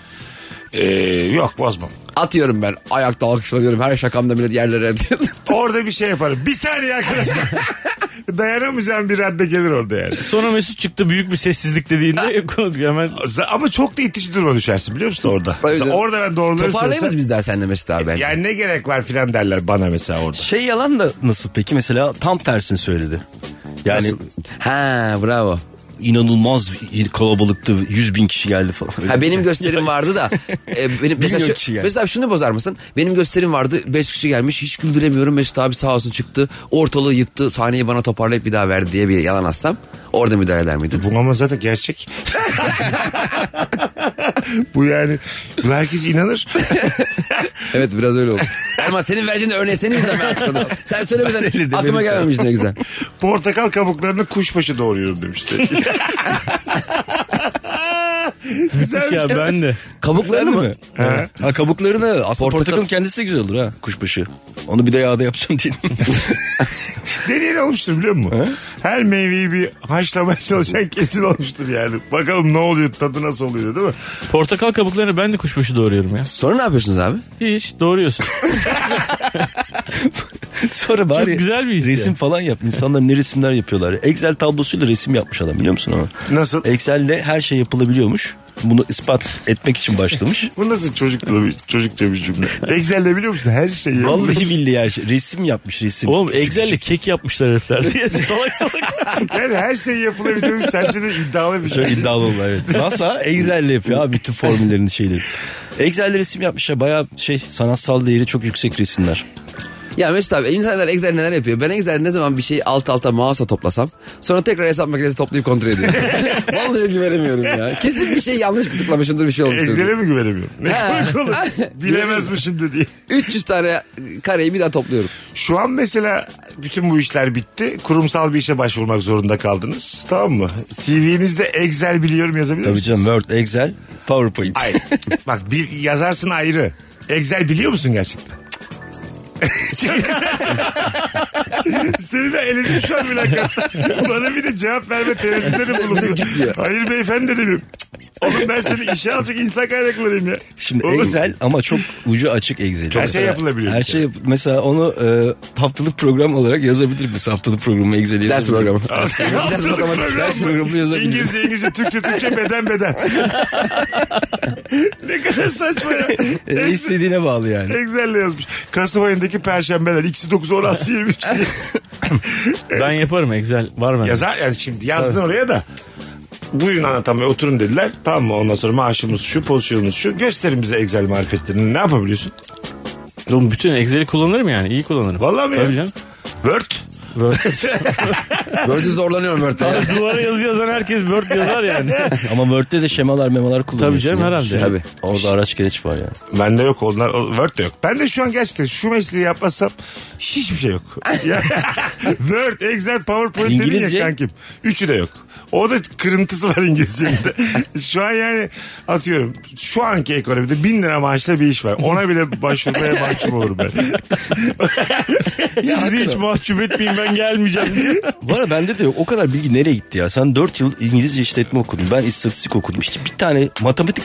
[SPEAKER 3] ee, yok bozmam.
[SPEAKER 4] Atıyorum ben. Ayakta alkışlanıyorum. Her şakamda millet yerlere diyor. [laughs]
[SPEAKER 3] Orada bir şey yaparım. Bir saniye
[SPEAKER 6] [laughs]
[SPEAKER 3] arkadaşlar. Dayanamayacağım bir radde gelir orada yani.
[SPEAKER 6] Sonra Mesut çıktı büyük bir sessizlik dediğinde hemen
[SPEAKER 3] Ama çok da itici duruma düşersin biliyor musun orada?
[SPEAKER 4] Tabii
[SPEAKER 3] Mesela
[SPEAKER 4] canım.
[SPEAKER 3] orada ben doğruları
[SPEAKER 4] Toparlayamaz
[SPEAKER 3] söylesem.
[SPEAKER 4] biz daha seninle Mesut abi bence.
[SPEAKER 3] Yani ne gerek var filan derler bana mesela orada.
[SPEAKER 5] Şey yalan da nasıl peki mesela tam tersini söyledi. Yani
[SPEAKER 4] Ha bravo.
[SPEAKER 5] inanılmaz bir kalabalıktı 100 bin kişi geldi falan.
[SPEAKER 4] Ha benim gösterim vardı da. e, benim mesela,
[SPEAKER 5] Milyon
[SPEAKER 4] şu-
[SPEAKER 5] kişi yani.
[SPEAKER 4] mesela şunu bozar mısın? Benim gösterim vardı. Beş kişi gelmiş. Hiç güldüremiyorum. Mesut abi sağ olsun çıktı. Ortalığı yıktı. Sahneyi bana toparlayıp bir daha verdi diye bir yalan atsam. Orada müdahale
[SPEAKER 3] [laughs]
[SPEAKER 4] eder miydin?
[SPEAKER 3] Bu ama zaten gerçek. [laughs] bu yani bu herkes inanır.
[SPEAKER 4] Evet biraz öyle oldu. Erman senin vereceğin örneği senin yüzünden ben açıkladım. Sen söylemeden aklıma gelmemiş ne güzel.
[SPEAKER 3] Portakal kabuklarını kuşbaşı doğruyorum
[SPEAKER 6] [laughs]
[SPEAKER 3] demişti. Güzel şey.
[SPEAKER 6] ya ben de.
[SPEAKER 4] Kabuklarını mı?
[SPEAKER 5] Ha. ha kabuklarını aslında
[SPEAKER 4] Portakal-
[SPEAKER 5] portakalın kendisi de güzel olur ha kuşbaşı. Onu bir de yağda yapacağım diye.
[SPEAKER 3] Deneyen olmuştur biliyor musun? Her meyveyi bir haşlamaya çalışan kesin olmuştur yani. Bakalım ne oluyor tadı nasıl oluyor değil mi?
[SPEAKER 6] Portakal kabuklarını ben de kuşbaşı doğruyorum ya.
[SPEAKER 4] Sonra ne yapıyorsunuz abi?
[SPEAKER 6] Hiç doğruyorsun.
[SPEAKER 5] Sonra bari
[SPEAKER 6] güzel bir his
[SPEAKER 5] resim
[SPEAKER 6] ya.
[SPEAKER 5] falan yap. İnsanlar ne resimler yapıyorlar. Excel tablosuyla resim yapmış adam biliyor musun ama?
[SPEAKER 3] Nasıl?
[SPEAKER 5] Excel'de her şey yapılabiliyormuş. Bunu ispat etmek için
[SPEAKER 6] [laughs]
[SPEAKER 5] başlamış.
[SPEAKER 3] Bu nasıl çocuklu bir, çocukça bir cümle? Excel'de biliyor musun her şey şeyi?
[SPEAKER 5] Vallahi billahi her şey. Resim yapmış resim.
[SPEAKER 6] Oğlum Excel'le kek yapmışlar herifler diye salak salak.
[SPEAKER 3] Yani her şey yapılabiliyormuş. Sence de iddialı bir şey. [laughs]
[SPEAKER 5] Çok iddialı oldular evet. NASA Excel'le yapıyor abi bütün formüllerini şeyleri. Excel'de resim yapmışlar. Baya şey sanatsal değeri çok yüksek resimler.
[SPEAKER 4] Ya Mesut abi insanlar Excel neler yapıyor? Ben Excel ne zaman bir şeyi alt alta mouse'a toplasam sonra tekrar hesap makinesi toplayıp
[SPEAKER 3] [laughs]
[SPEAKER 4] kontrol ediyorum. Vallahi güvenemiyorum ya. Kesin bir şey yanlış bir tıklamışımdır bir şey olmuştur.
[SPEAKER 3] Excel'e mi güvenemiyorum? Ne
[SPEAKER 4] Ha.
[SPEAKER 3] demek oğlum? Bilemez mi şimdi diye.
[SPEAKER 4] 300 tane kareyi bir daha topluyorum.
[SPEAKER 3] Şu an mesela bütün bu işler bitti. Kurumsal bir işe başvurmak zorunda kaldınız. Tamam mı? CV'nizde Excel biliyorum yazabilir
[SPEAKER 5] Tabii
[SPEAKER 3] misiniz?
[SPEAKER 5] canım Word, Excel, PowerPoint.
[SPEAKER 3] Ay, bak bir yazarsın ayrı. Excel biliyor musun gerçekten? Çünkü sen- [laughs] Seni de eledim şu an mülakatta. Bana bir de cevap verme tereddütleri bulundu. Hayır beyefendi dedim. Oğlum ben seni işe alacak insan kaynaklarıyım ya.
[SPEAKER 5] Şimdi
[SPEAKER 3] Oğlum,
[SPEAKER 5] Excel ama çok ucu açık Excel.
[SPEAKER 3] Her şey yapılabiliyor.
[SPEAKER 5] Her şey yap- mesela onu e, haftalık program olarak yazabilir misin? Haftalık programı Excel'e
[SPEAKER 4] Ders
[SPEAKER 5] yazabilir
[SPEAKER 4] programı.
[SPEAKER 3] Haftalık
[SPEAKER 4] matematik
[SPEAKER 3] program
[SPEAKER 5] ders
[SPEAKER 3] bu.
[SPEAKER 5] programı yazabilirim.
[SPEAKER 3] İngilizce İngilizce Türkçe Türkçe beden beden. [laughs] ne kadar saçma ya.
[SPEAKER 5] misin? E, istediğine bağlı yani.
[SPEAKER 3] Excel'le yazmış. Kasım ayındaki perşembeler. İkisi 9, 16, 23 diye.
[SPEAKER 6] Ben yaparım Excel var bende.
[SPEAKER 3] Yazar yani şimdi yazdın oraya da buyurun anlatamaya oturun dediler. Tamam mı? Ondan sonra maaşımız şu, pozisyonumuz şu. Gösterin bize Excel marifetlerini. Ne yapabiliyorsun?
[SPEAKER 6] Oğlum bütün Excel'i kullanırım yani iyi kullanırım.
[SPEAKER 3] Vallahi mi ya?
[SPEAKER 6] Tabii canım.
[SPEAKER 3] Word.
[SPEAKER 6] Word.
[SPEAKER 4] Word'ü zorlanıyorum Word'de.
[SPEAKER 6] Duvara yazı yazan herkes Word yazar yani.
[SPEAKER 5] Ama Word'de de şemalar memalar kullanıyorsun.
[SPEAKER 6] canım,
[SPEAKER 5] yani.
[SPEAKER 6] herhalde.
[SPEAKER 4] Tabii.
[SPEAKER 5] Orada araç gereç var yani.
[SPEAKER 3] Bende yok onlar. o- Word de yok. Ben de şu an gerçekten şu mesleği yapmasam hiçbir şey yok. [laughs] Ya, Word, Excel, PowerPoint İngilizce. dedin
[SPEAKER 5] İngilizce?
[SPEAKER 3] ya kankim. Üçü de yok. O da kırıntısı var İngilizce'de. [laughs] şu an yani atıyorum şu anki ekonomide bin lira maaşla bir iş var. Ona bile başvurmaya mahcup olurum ben.
[SPEAKER 6] Sizi hiç mahcup etmeyin ben gelmeyeceğim diye.
[SPEAKER 5] Var ya bende de yok. O kadar bilgi nereye gitti ya? Sen 4 yıl İngilizce işletme okudun. Ben istatistik okudum. Hiç bir tane matematik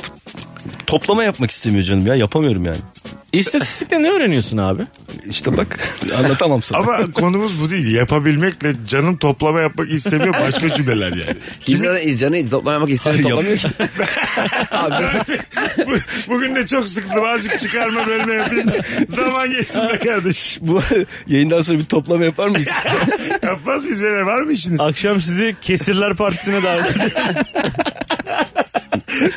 [SPEAKER 5] toplama yapmak istemiyor canım ya. Yapamıyorum yani.
[SPEAKER 6] [laughs] İstatistikte ne öğreniyorsun abi?
[SPEAKER 5] İşte bak [laughs] anlatamam sana.
[SPEAKER 3] Ama konumuz bu değil. Yapabilmekle canın toplama yapmak istemiyor başka cümleler yani. [laughs]
[SPEAKER 4] Kimse zaten canı toplamamak istiyor. Toplamıyor ki. Abi,
[SPEAKER 3] Bu- Bugün de çok sıktım. Azıcık çıkarma bölme yapayım. da Zaman geçsin be kardeş.
[SPEAKER 5] Bu [laughs] yayından sonra bir toplama yapar mıyız?
[SPEAKER 3] Yapmaz mıyız böyle? Var mı işiniz?
[SPEAKER 6] Akşam sizi Kesirler Partisi'ne davet ediyorum.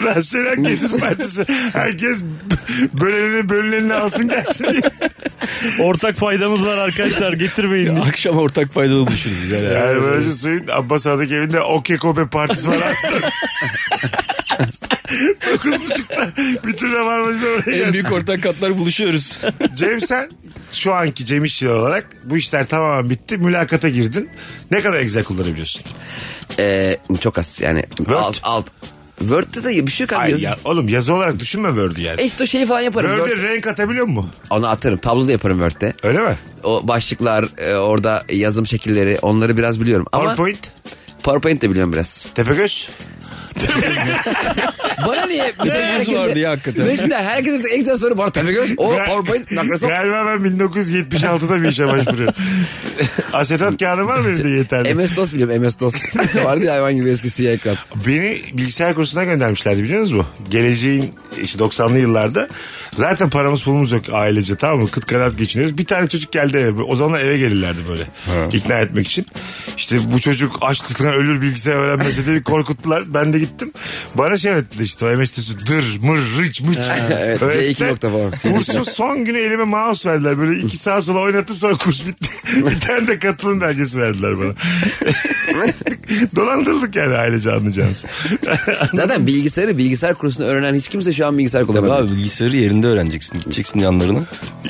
[SPEAKER 3] Rasyonel herkesin partisi. Herkes b- bölenini bölünenini alsın gelsin diye.
[SPEAKER 6] Ortak faydamız var arkadaşlar getirmeyin.
[SPEAKER 5] Akşam ortak faydalı buluşuruz. Güzel yani.
[SPEAKER 3] Erman Hoca Soy'un Abbas Ağa'daki evinde okey kobe partisi var. [laughs] Dokuz buçukta bütün Rabarbacılar oraya
[SPEAKER 5] En
[SPEAKER 3] gelsin.
[SPEAKER 5] büyük ortak katlar buluşuyoruz.
[SPEAKER 3] Cem sen şu anki Cem İşçiler olarak bu işler tamamen bitti. Mülakata girdin. Ne kadar Excel kullanabiliyorsun?
[SPEAKER 4] Ee, çok az yani.
[SPEAKER 3] Word?
[SPEAKER 4] Alt, alt. Word'de de bir şey yok abi.
[SPEAKER 3] Ay
[SPEAKER 4] yazı-
[SPEAKER 3] ya, oğlum yazı olarak düşünme Word'ü yani.
[SPEAKER 4] İşte o şeyi falan yaparım. E, Word-
[SPEAKER 3] Word'e renk atabiliyor mu?
[SPEAKER 4] Onu atarım. Tablo da yaparım Word'de.
[SPEAKER 3] Öyle mi?
[SPEAKER 4] O başlıklar, e, orada yazım şekilleri onları biraz biliyorum. Ama PowerPoint,
[SPEAKER 3] PowerPoint,
[SPEAKER 4] de biliyorum biraz.
[SPEAKER 3] Tepegöz.
[SPEAKER 4] Bana niye? Bir de herkese,
[SPEAKER 5] vardı ya hakikaten.
[SPEAKER 4] Beş de herkese bir de Excel soru bana tabii göz. O
[SPEAKER 3] Gra-
[SPEAKER 4] PowerPoint, Microsoft.
[SPEAKER 3] Galiba ben 1976'da bir işe başvuruyorum.
[SPEAKER 4] [laughs]
[SPEAKER 3] Asetat kağıdı var mı elimde yeterli?
[SPEAKER 4] MS-DOS biliyorum MS-DOS. Vardı ya hayvan gibi eski siyah ekran.
[SPEAKER 3] Beni bilgisayar kursuna göndermişlerdi biliyor musunuz bu? Geleceğin işte 90'lı yıllarda zaten paramız pulumuz yok ailece tamam mı? Kıt kanaat geçiniyoruz. Bir tane çocuk geldi eve. O zamanlar eve gelirlerdi böyle. ikna etmek için. İşte bu çocuk açlıktan ölür bilgisayar öğrenmesi diye bir korkuttular. Ben de gittim. Bana şey öğretti işte o MST'si dır mır rıç mıç.
[SPEAKER 4] [laughs] evet, C2 nokta falan.
[SPEAKER 3] Kursun son günü elime mouse verdiler. Böyle iki sağa sola oynatıp sonra kurs
[SPEAKER 5] [laughs]
[SPEAKER 3] bitti. bir tane de katılım belgesi verdiler bana. Dolandırıldık yani ailece anlayacağınız.
[SPEAKER 4] Zaten bilgisayarı bilgisayar kursunda öğrenen hiç kimse şu an bilgisayar kullanamıyor.
[SPEAKER 5] Abi bilgisayarı yerinde öğreneceksin. Gideceksin yanlarına.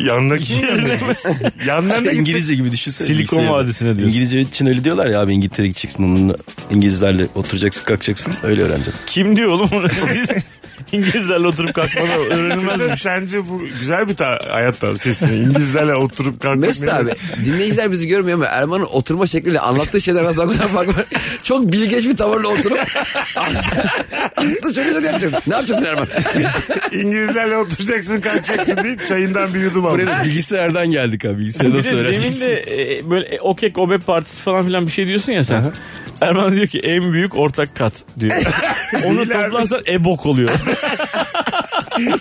[SPEAKER 3] Yanındaki
[SPEAKER 6] [laughs]
[SPEAKER 3] yanlarına İngiliz.
[SPEAKER 5] İngilizce gibi düşünsene.
[SPEAKER 6] Silikon
[SPEAKER 5] bilgisayarı.
[SPEAKER 6] Vadisi'ne diyorsun.
[SPEAKER 5] İngilizce için öyle diyorlar ya abi İngiltere'ye gideceksin. Onunla İngilizlerle oturacaksın kalkacaksın. Öyle öğreneceksin.
[SPEAKER 6] Kim diyor oğlum? Biz İngilizlerle oturup [laughs] kalkmadan öğrenilmez mi?
[SPEAKER 3] Mesela sence bu güzel bir ta- hayat tavsiyesi. İngilizlerle oturup kalkmak.
[SPEAKER 4] Mesut
[SPEAKER 3] ne-
[SPEAKER 4] abi dinleyiciler bizi görmüyor ama Erman'ın oturma şekliyle anlattığı şeyler arasında o kadar fark var. Çok bilgeç bir tavırla oturup aslında, aslında çok güzel yapacaksın. Ne yapacaksın Erman?
[SPEAKER 3] [laughs] İngilizlerle oturacaksın kalkacaksın deyip çayından bir yudum al.
[SPEAKER 6] [laughs]
[SPEAKER 5] Buraya da bilgisayardan geldik abi. Bilgisayarı
[SPEAKER 6] Bir
[SPEAKER 5] nasıl
[SPEAKER 6] de demin
[SPEAKER 5] öğreneceksin?
[SPEAKER 6] de e, böyle e, okek obe partisi falan filan bir şey diyorsun ya sen. Erman diyor ki en büyük ortak kat diyor. Onu
[SPEAKER 3] Değil abi.
[SPEAKER 6] toplarsan ebok oluyor.
[SPEAKER 3] [laughs]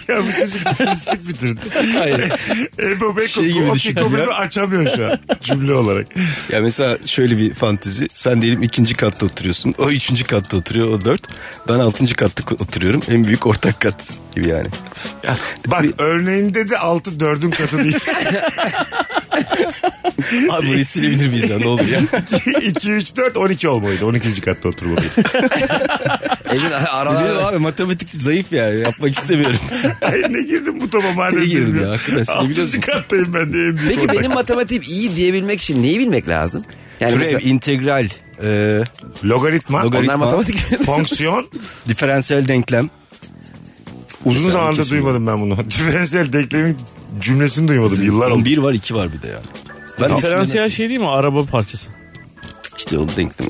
[SPEAKER 3] Ya bu çocuk istatistik bitirdi.
[SPEAKER 5] [laughs] Hayır.
[SPEAKER 3] Ebo Beko
[SPEAKER 5] Şey gibi
[SPEAKER 3] Okey
[SPEAKER 5] düşün
[SPEAKER 3] Kobe'yi
[SPEAKER 5] ya.
[SPEAKER 3] açamıyor şu an cümle olarak.
[SPEAKER 5] Ya mesela şöyle bir fantezi. Sen diyelim ikinci katta oturuyorsun. O üçüncü katta oturuyor. O dört. Ben altıncı katta ko- oturuyorum. En büyük ortak kat gibi yani.
[SPEAKER 3] Bak örneğinde de 6 4'ün katı değil.
[SPEAKER 5] Abi burayı silebilir miyiz ya? Ne oldu
[SPEAKER 6] [laughs]
[SPEAKER 5] ya?
[SPEAKER 3] [laughs] 2 3 4 12 olmalıydı. 12. katta oturmalıydı. [laughs]
[SPEAKER 4] Evin
[SPEAKER 5] Biliyorum
[SPEAKER 4] aralarında.
[SPEAKER 5] abi matematik zayıf ya. Yapmak [laughs] istemiyorum.
[SPEAKER 3] Ay ne girdim bu topa madem.
[SPEAKER 5] İyi girdin ya, hakikaten. Sen biliyorsun.
[SPEAKER 3] 6. kattayım ben de en büyük
[SPEAKER 4] Peki
[SPEAKER 3] ortak.
[SPEAKER 4] benim matematiğim iyi diyebilmek için neyi bilmek lazım? Yani
[SPEAKER 5] Türev,
[SPEAKER 4] mesela,
[SPEAKER 5] integral, e,
[SPEAKER 3] Logaritma,
[SPEAKER 5] Logaritma.
[SPEAKER 4] onlar matematik.
[SPEAKER 3] [laughs]
[SPEAKER 4] [laughs]
[SPEAKER 5] [laughs]
[SPEAKER 3] fonksiyon.
[SPEAKER 5] diferansiyel denklem.
[SPEAKER 3] Uzun zamandır
[SPEAKER 5] kesin
[SPEAKER 3] duymadım ben bunu. [laughs] Diferansiyel denklemin cümlesini duymadım. Yıllar oldu.
[SPEAKER 5] Bir var iki var bir de yani. Ben
[SPEAKER 6] Diferansiyel şey değil mi? Araba parçası.
[SPEAKER 5] İşte o denklem.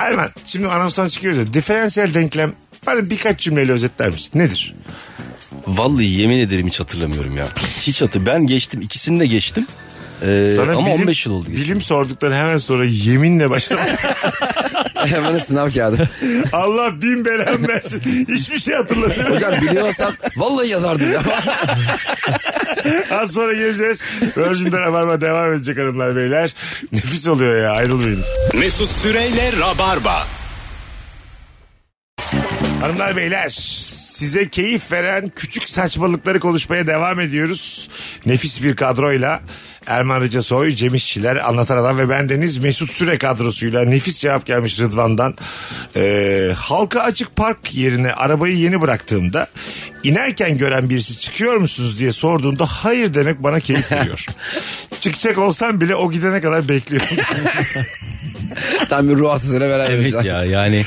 [SPEAKER 3] Erman şimdi anonstan çıkıyoruz. ya. Diferansiyel denklem bana birkaç cümleyle özetler misin? Nedir?
[SPEAKER 5] [laughs] Vallahi yemin ederim hiç hatırlamıyorum ya. Hiç hatır. Ben geçtim ikisini de geçtim. Ee,
[SPEAKER 3] Sana
[SPEAKER 5] ama
[SPEAKER 3] bilim-
[SPEAKER 5] 15 yıl oldu. geçtim.
[SPEAKER 3] Bilim sorduktan hemen sonra yeminle başlamak. [laughs]
[SPEAKER 4] Erman'ın sınav kağıdı.
[SPEAKER 3] Allah bin belam versin. Hiçbir şey
[SPEAKER 5] [laughs]
[SPEAKER 3] hatırlamıyorum.
[SPEAKER 4] Hocam biliyorsam vallahi yazardım ya. [laughs]
[SPEAKER 3] Az sonra geleceğiz. Virgin'de Rabarba devam edecek hanımlar beyler. Nefis oluyor ya ayrılmayınız.
[SPEAKER 2] Mesut Süreyle Rabarba.
[SPEAKER 3] Hanımlar beyler size keyif veren küçük saçmalıkları konuşmaya devam ediyoruz. Nefis bir kadroyla Erman Rıca Soy, Cem İşçiler, Anlatan Adam ve bendeniz Mesut Süre kadrosuyla nefis cevap gelmiş Rıdvan'dan. Ee, halka açık park yerine arabayı yeni bıraktığımda inerken gören birisi çıkıyor musunuz diye sorduğunda hayır demek bana keyif veriyor. Çıkacak olsam bile o gidene kadar bekliyorum.
[SPEAKER 4] Tam bir ruh hastasıyla beraber.
[SPEAKER 5] Evet ya yani.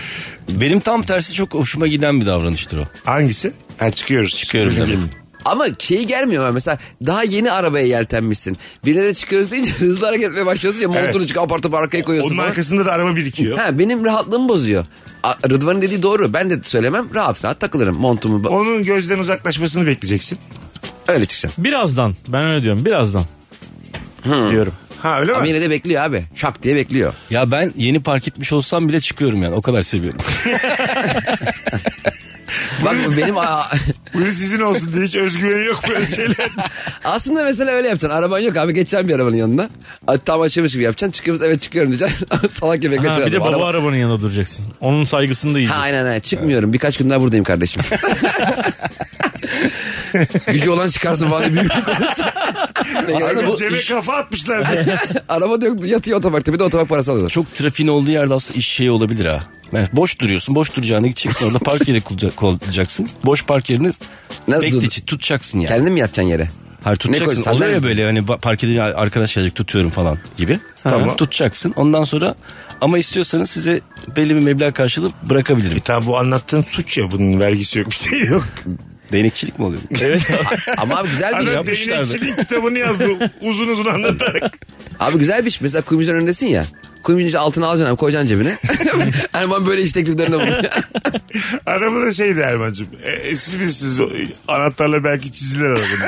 [SPEAKER 5] Benim tam tersi çok hoşuma giden bir davranıştır o.
[SPEAKER 3] Hangisi? Ha, çıkıyoruz.
[SPEAKER 5] Çıkıyoruz
[SPEAKER 3] Özür
[SPEAKER 5] abi.
[SPEAKER 3] dilerim.
[SPEAKER 4] Ama şey gelmiyor ama mesela daha yeni arabaya yeltenmişsin. Birine de çıkıyoruz deyince [laughs] hızlı hareket etmeye başlıyorsun ya montunu
[SPEAKER 3] Evet.
[SPEAKER 4] çık apartıp arkaya koyuyorsun.
[SPEAKER 3] Onun
[SPEAKER 4] falan.
[SPEAKER 3] arkasında da araba birikiyor.
[SPEAKER 4] Ha, benim rahatlığımı bozuyor. A- Rıdvan'ın dediği doğru. Ben de söylemem rahat rahat takılırım montumu. ba-
[SPEAKER 3] Onun gözden uzaklaşmasını bekleyeceksin.
[SPEAKER 4] Öyle çıkacağım.
[SPEAKER 6] Birazdan. Ben öyle diyorum. Birazdan. Diyorum.
[SPEAKER 3] Ha öyle
[SPEAKER 4] Ama
[SPEAKER 3] mi?
[SPEAKER 4] yine de bekliyor abi. Şak diye bekliyor.
[SPEAKER 5] Ya ben yeni park etmiş olsam bile çıkıyorum yani. O
[SPEAKER 4] [laughs]
[SPEAKER 5] kadar seviyorum.
[SPEAKER 4] Bak bu benim a-
[SPEAKER 3] Buyurun sizin olsun diye hiç özgüveni yok böyle
[SPEAKER 5] [laughs]
[SPEAKER 3] şeyler.
[SPEAKER 4] aslında mesela öyle yapacaksın. Araban yok abi geçeceğim bir arabanın yanına. A- Tam açılmış gibi yapacaksın. Çıkıyoruz evet çıkıyorum diyeceksin. [laughs] Salak gibi
[SPEAKER 6] Ha,
[SPEAKER 4] götürelim.
[SPEAKER 6] bir de baba
[SPEAKER 4] Araba-
[SPEAKER 6] arabanın yanında duracaksın. Onun saygısını da
[SPEAKER 4] Ha
[SPEAKER 6] yiyeceksin.
[SPEAKER 4] aynen aynen çıkmıyorum. Birkaç gün daha buradayım kardeşim. [laughs] Gücü olan çıkarsın falan diye büyük bir konuşacak. Aynen.
[SPEAKER 5] Aslında bu
[SPEAKER 3] Cebe
[SPEAKER 5] iş-
[SPEAKER 3] kafa atmışlar.
[SPEAKER 4] [laughs]
[SPEAKER 5] [laughs]
[SPEAKER 4] Araba da yok yatıyor otoparkta bir de otopark parası alıyorlar.
[SPEAKER 5] Çok trafiğin olduğu yerde aslında iş şey olabilir ha. Yani boş duruyorsun. Boş duracağına gideceksin. Orada park yeri kulca- kullanacaksın. Boş park yerini
[SPEAKER 4] Nasıl
[SPEAKER 5] bekleyeceksin. Tutacaksın yani.
[SPEAKER 4] Kendin mi yatacaksın yere?
[SPEAKER 5] Hayır
[SPEAKER 4] koydun,
[SPEAKER 5] tutacaksın.
[SPEAKER 4] sandalye
[SPEAKER 5] Oluyor ya
[SPEAKER 4] mi?
[SPEAKER 5] böyle hani ba- park edince arkadaş gelecek tutuyorum falan gibi.
[SPEAKER 3] Tamam.
[SPEAKER 5] Tamam. Tutacaksın. Ondan sonra ama istiyorsanız size belli bir meblağ karşılığı bırakabilirim.
[SPEAKER 3] Tam bu anlattığın suç ya bunun vergisi yok bir şey
[SPEAKER 5] [laughs]
[SPEAKER 3] yok.
[SPEAKER 5] Değnekçilik mi oluyor?
[SPEAKER 4] Ama abi güzel bir iş.
[SPEAKER 3] Adam
[SPEAKER 5] yapmışlardı.
[SPEAKER 3] deneyimçiliğin kitabını yazdı uzun uzun
[SPEAKER 5] [laughs]
[SPEAKER 3] anlatarak.
[SPEAKER 4] Abi güzel bir iş. Mesela kuyumcunun önündesin ya. Kuyumcunun içi altına alacaksın abi koyacaksın cebine. [laughs] Erman böyle iş tekliflerinde bulunuyor.
[SPEAKER 3] Araba da şeydi Erman'cığım. E, e, siz bilirsiniz o- anahtarla belki çizilir [laughs] arabanın.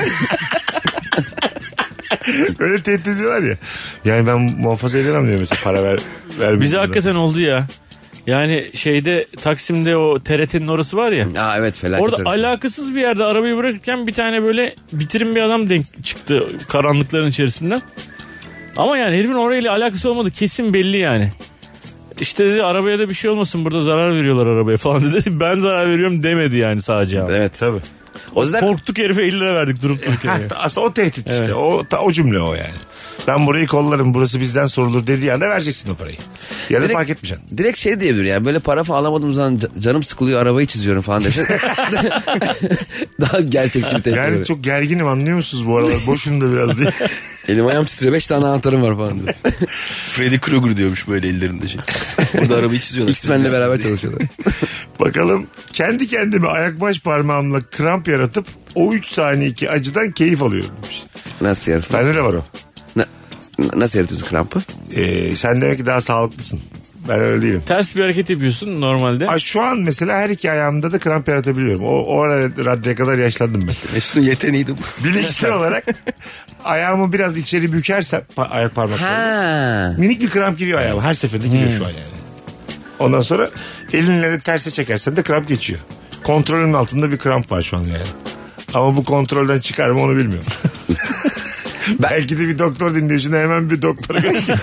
[SPEAKER 3] Öyle tehdit ediyorlar ya. Yani ben muhafaza edemem diyor mesela para ver, vermiyor.
[SPEAKER 6] Bize hakikaten oldu ya. Yani şeyde Taksim'de o TRT'nin orası var
[SPEAKER 5] Hmm,
[SPEAKER 6] ya.
[SPEAKER 4] Aa evet felaket
[SPEAKER 6] Orada
[SPEAKER 4] orası.
[SPEAKER 6] alakasız bir yerde arabayı bırakırken bir tane böyle bitirim bir adam denk çıktı karanlıkların içerisinden. Ama yani herifin orayla alakası olmadı kesin belli yani. İşte dedi arabaya da bir şey olmasın burada zarar veriyorlar arabaya [laughs] falan dedi. Ben zarar veriyorum demedi yani
[SPEAKER 5] [laughs]
[SPEAKER 6] sadece abi.
[SPEAKER 4] Evet.
[SPEAKER 3] Tabii.
[SPEAKER 4] O yüzden
[SPEAKER 6] Korktuk herife 50 lira verdik durup dururken.
[SPEAKER 3] Ha,
[SPEAKER 5] [laughs]
[SPEAKER 6] ya.
[SPEAKER 3] aslında o tehdit işte. O, ta- o cümle o yani. Ben burayı kollarım burası bizden sorulur dediği anda vereceksin o parayı. Ya da
[SPEAKER 4] Direkt-
[SPEAKER 3] fark etmeyeceksin.
[SPEAKER 4] direkt şey diyebilir yani böyle para falan alamadığım zaman ca- canım sıkılıyor arabayı çiziyorum falan dese.
[SPEAKER 3] [laughs]
[SPEAKER 4] Daha gerçekçi bir teklif.
[SPEAKER 3] Yani
[SPEAKER 4] Yani
[SPEAKER 3] çok gerginim anlıyor musunuz bu aralar? Boşum da biraz diye.
[SPEAKER 4] Elim ayağım titriyor 5 tane anahtarım var falan. diyor.
[SPEAKER 5] Freddy Krueger diyormuş böyle ellerinde şey. Burada arabayı çiziyorlar.
[SPEAKER 4] X-Men'le beraber çalışıyorlar.
[SPEAKER 3] Bakalım kendi kendime ayak baş parmağımla kramp yaratıp o 3 saniyeki acıdan keyif alıyorum demiş.
[SPEAKER 4] Nasıl yaratıyorsun?
[SPEAKER 3] Bende de var o.
[SPEAKER 4] Na- na- nasıl yaratıyorsun krampı?
[SPEAKER 3] Ee, sen demek ki daha sağlıklısın. Ben öyle değilim.
[SPEAKER 6] Ters bir hareket yapıyorsun normalde.
[SPEAKER 3] Ay şu an mesela her iki ayağımda da kramp yaratabiliyorum. O, o ara raddeye kadar yaşlandım ben.
[SPEAKER 5] Mesut'un yeteneği de bu.
[SPEAKER 3] Bilinçli olarak ayağımı biraz içeri bükersem pa- ayak parmaklarımı.
[SPEAKER 4] Ha.
[SPEAKER 3] Minik bir kramp giriyor ayağıma. Her seferinde giriyor şu an yani. Ondan sonra elinle de terse çekersen de kramp geçiyor. Kontrolün altında bir kramp var şu an yani. Ama bu kontrolden çıkar mı onu bilmiyorum. Belki de bir doktor dinliyor. Şimdi hemen bir doktora götür.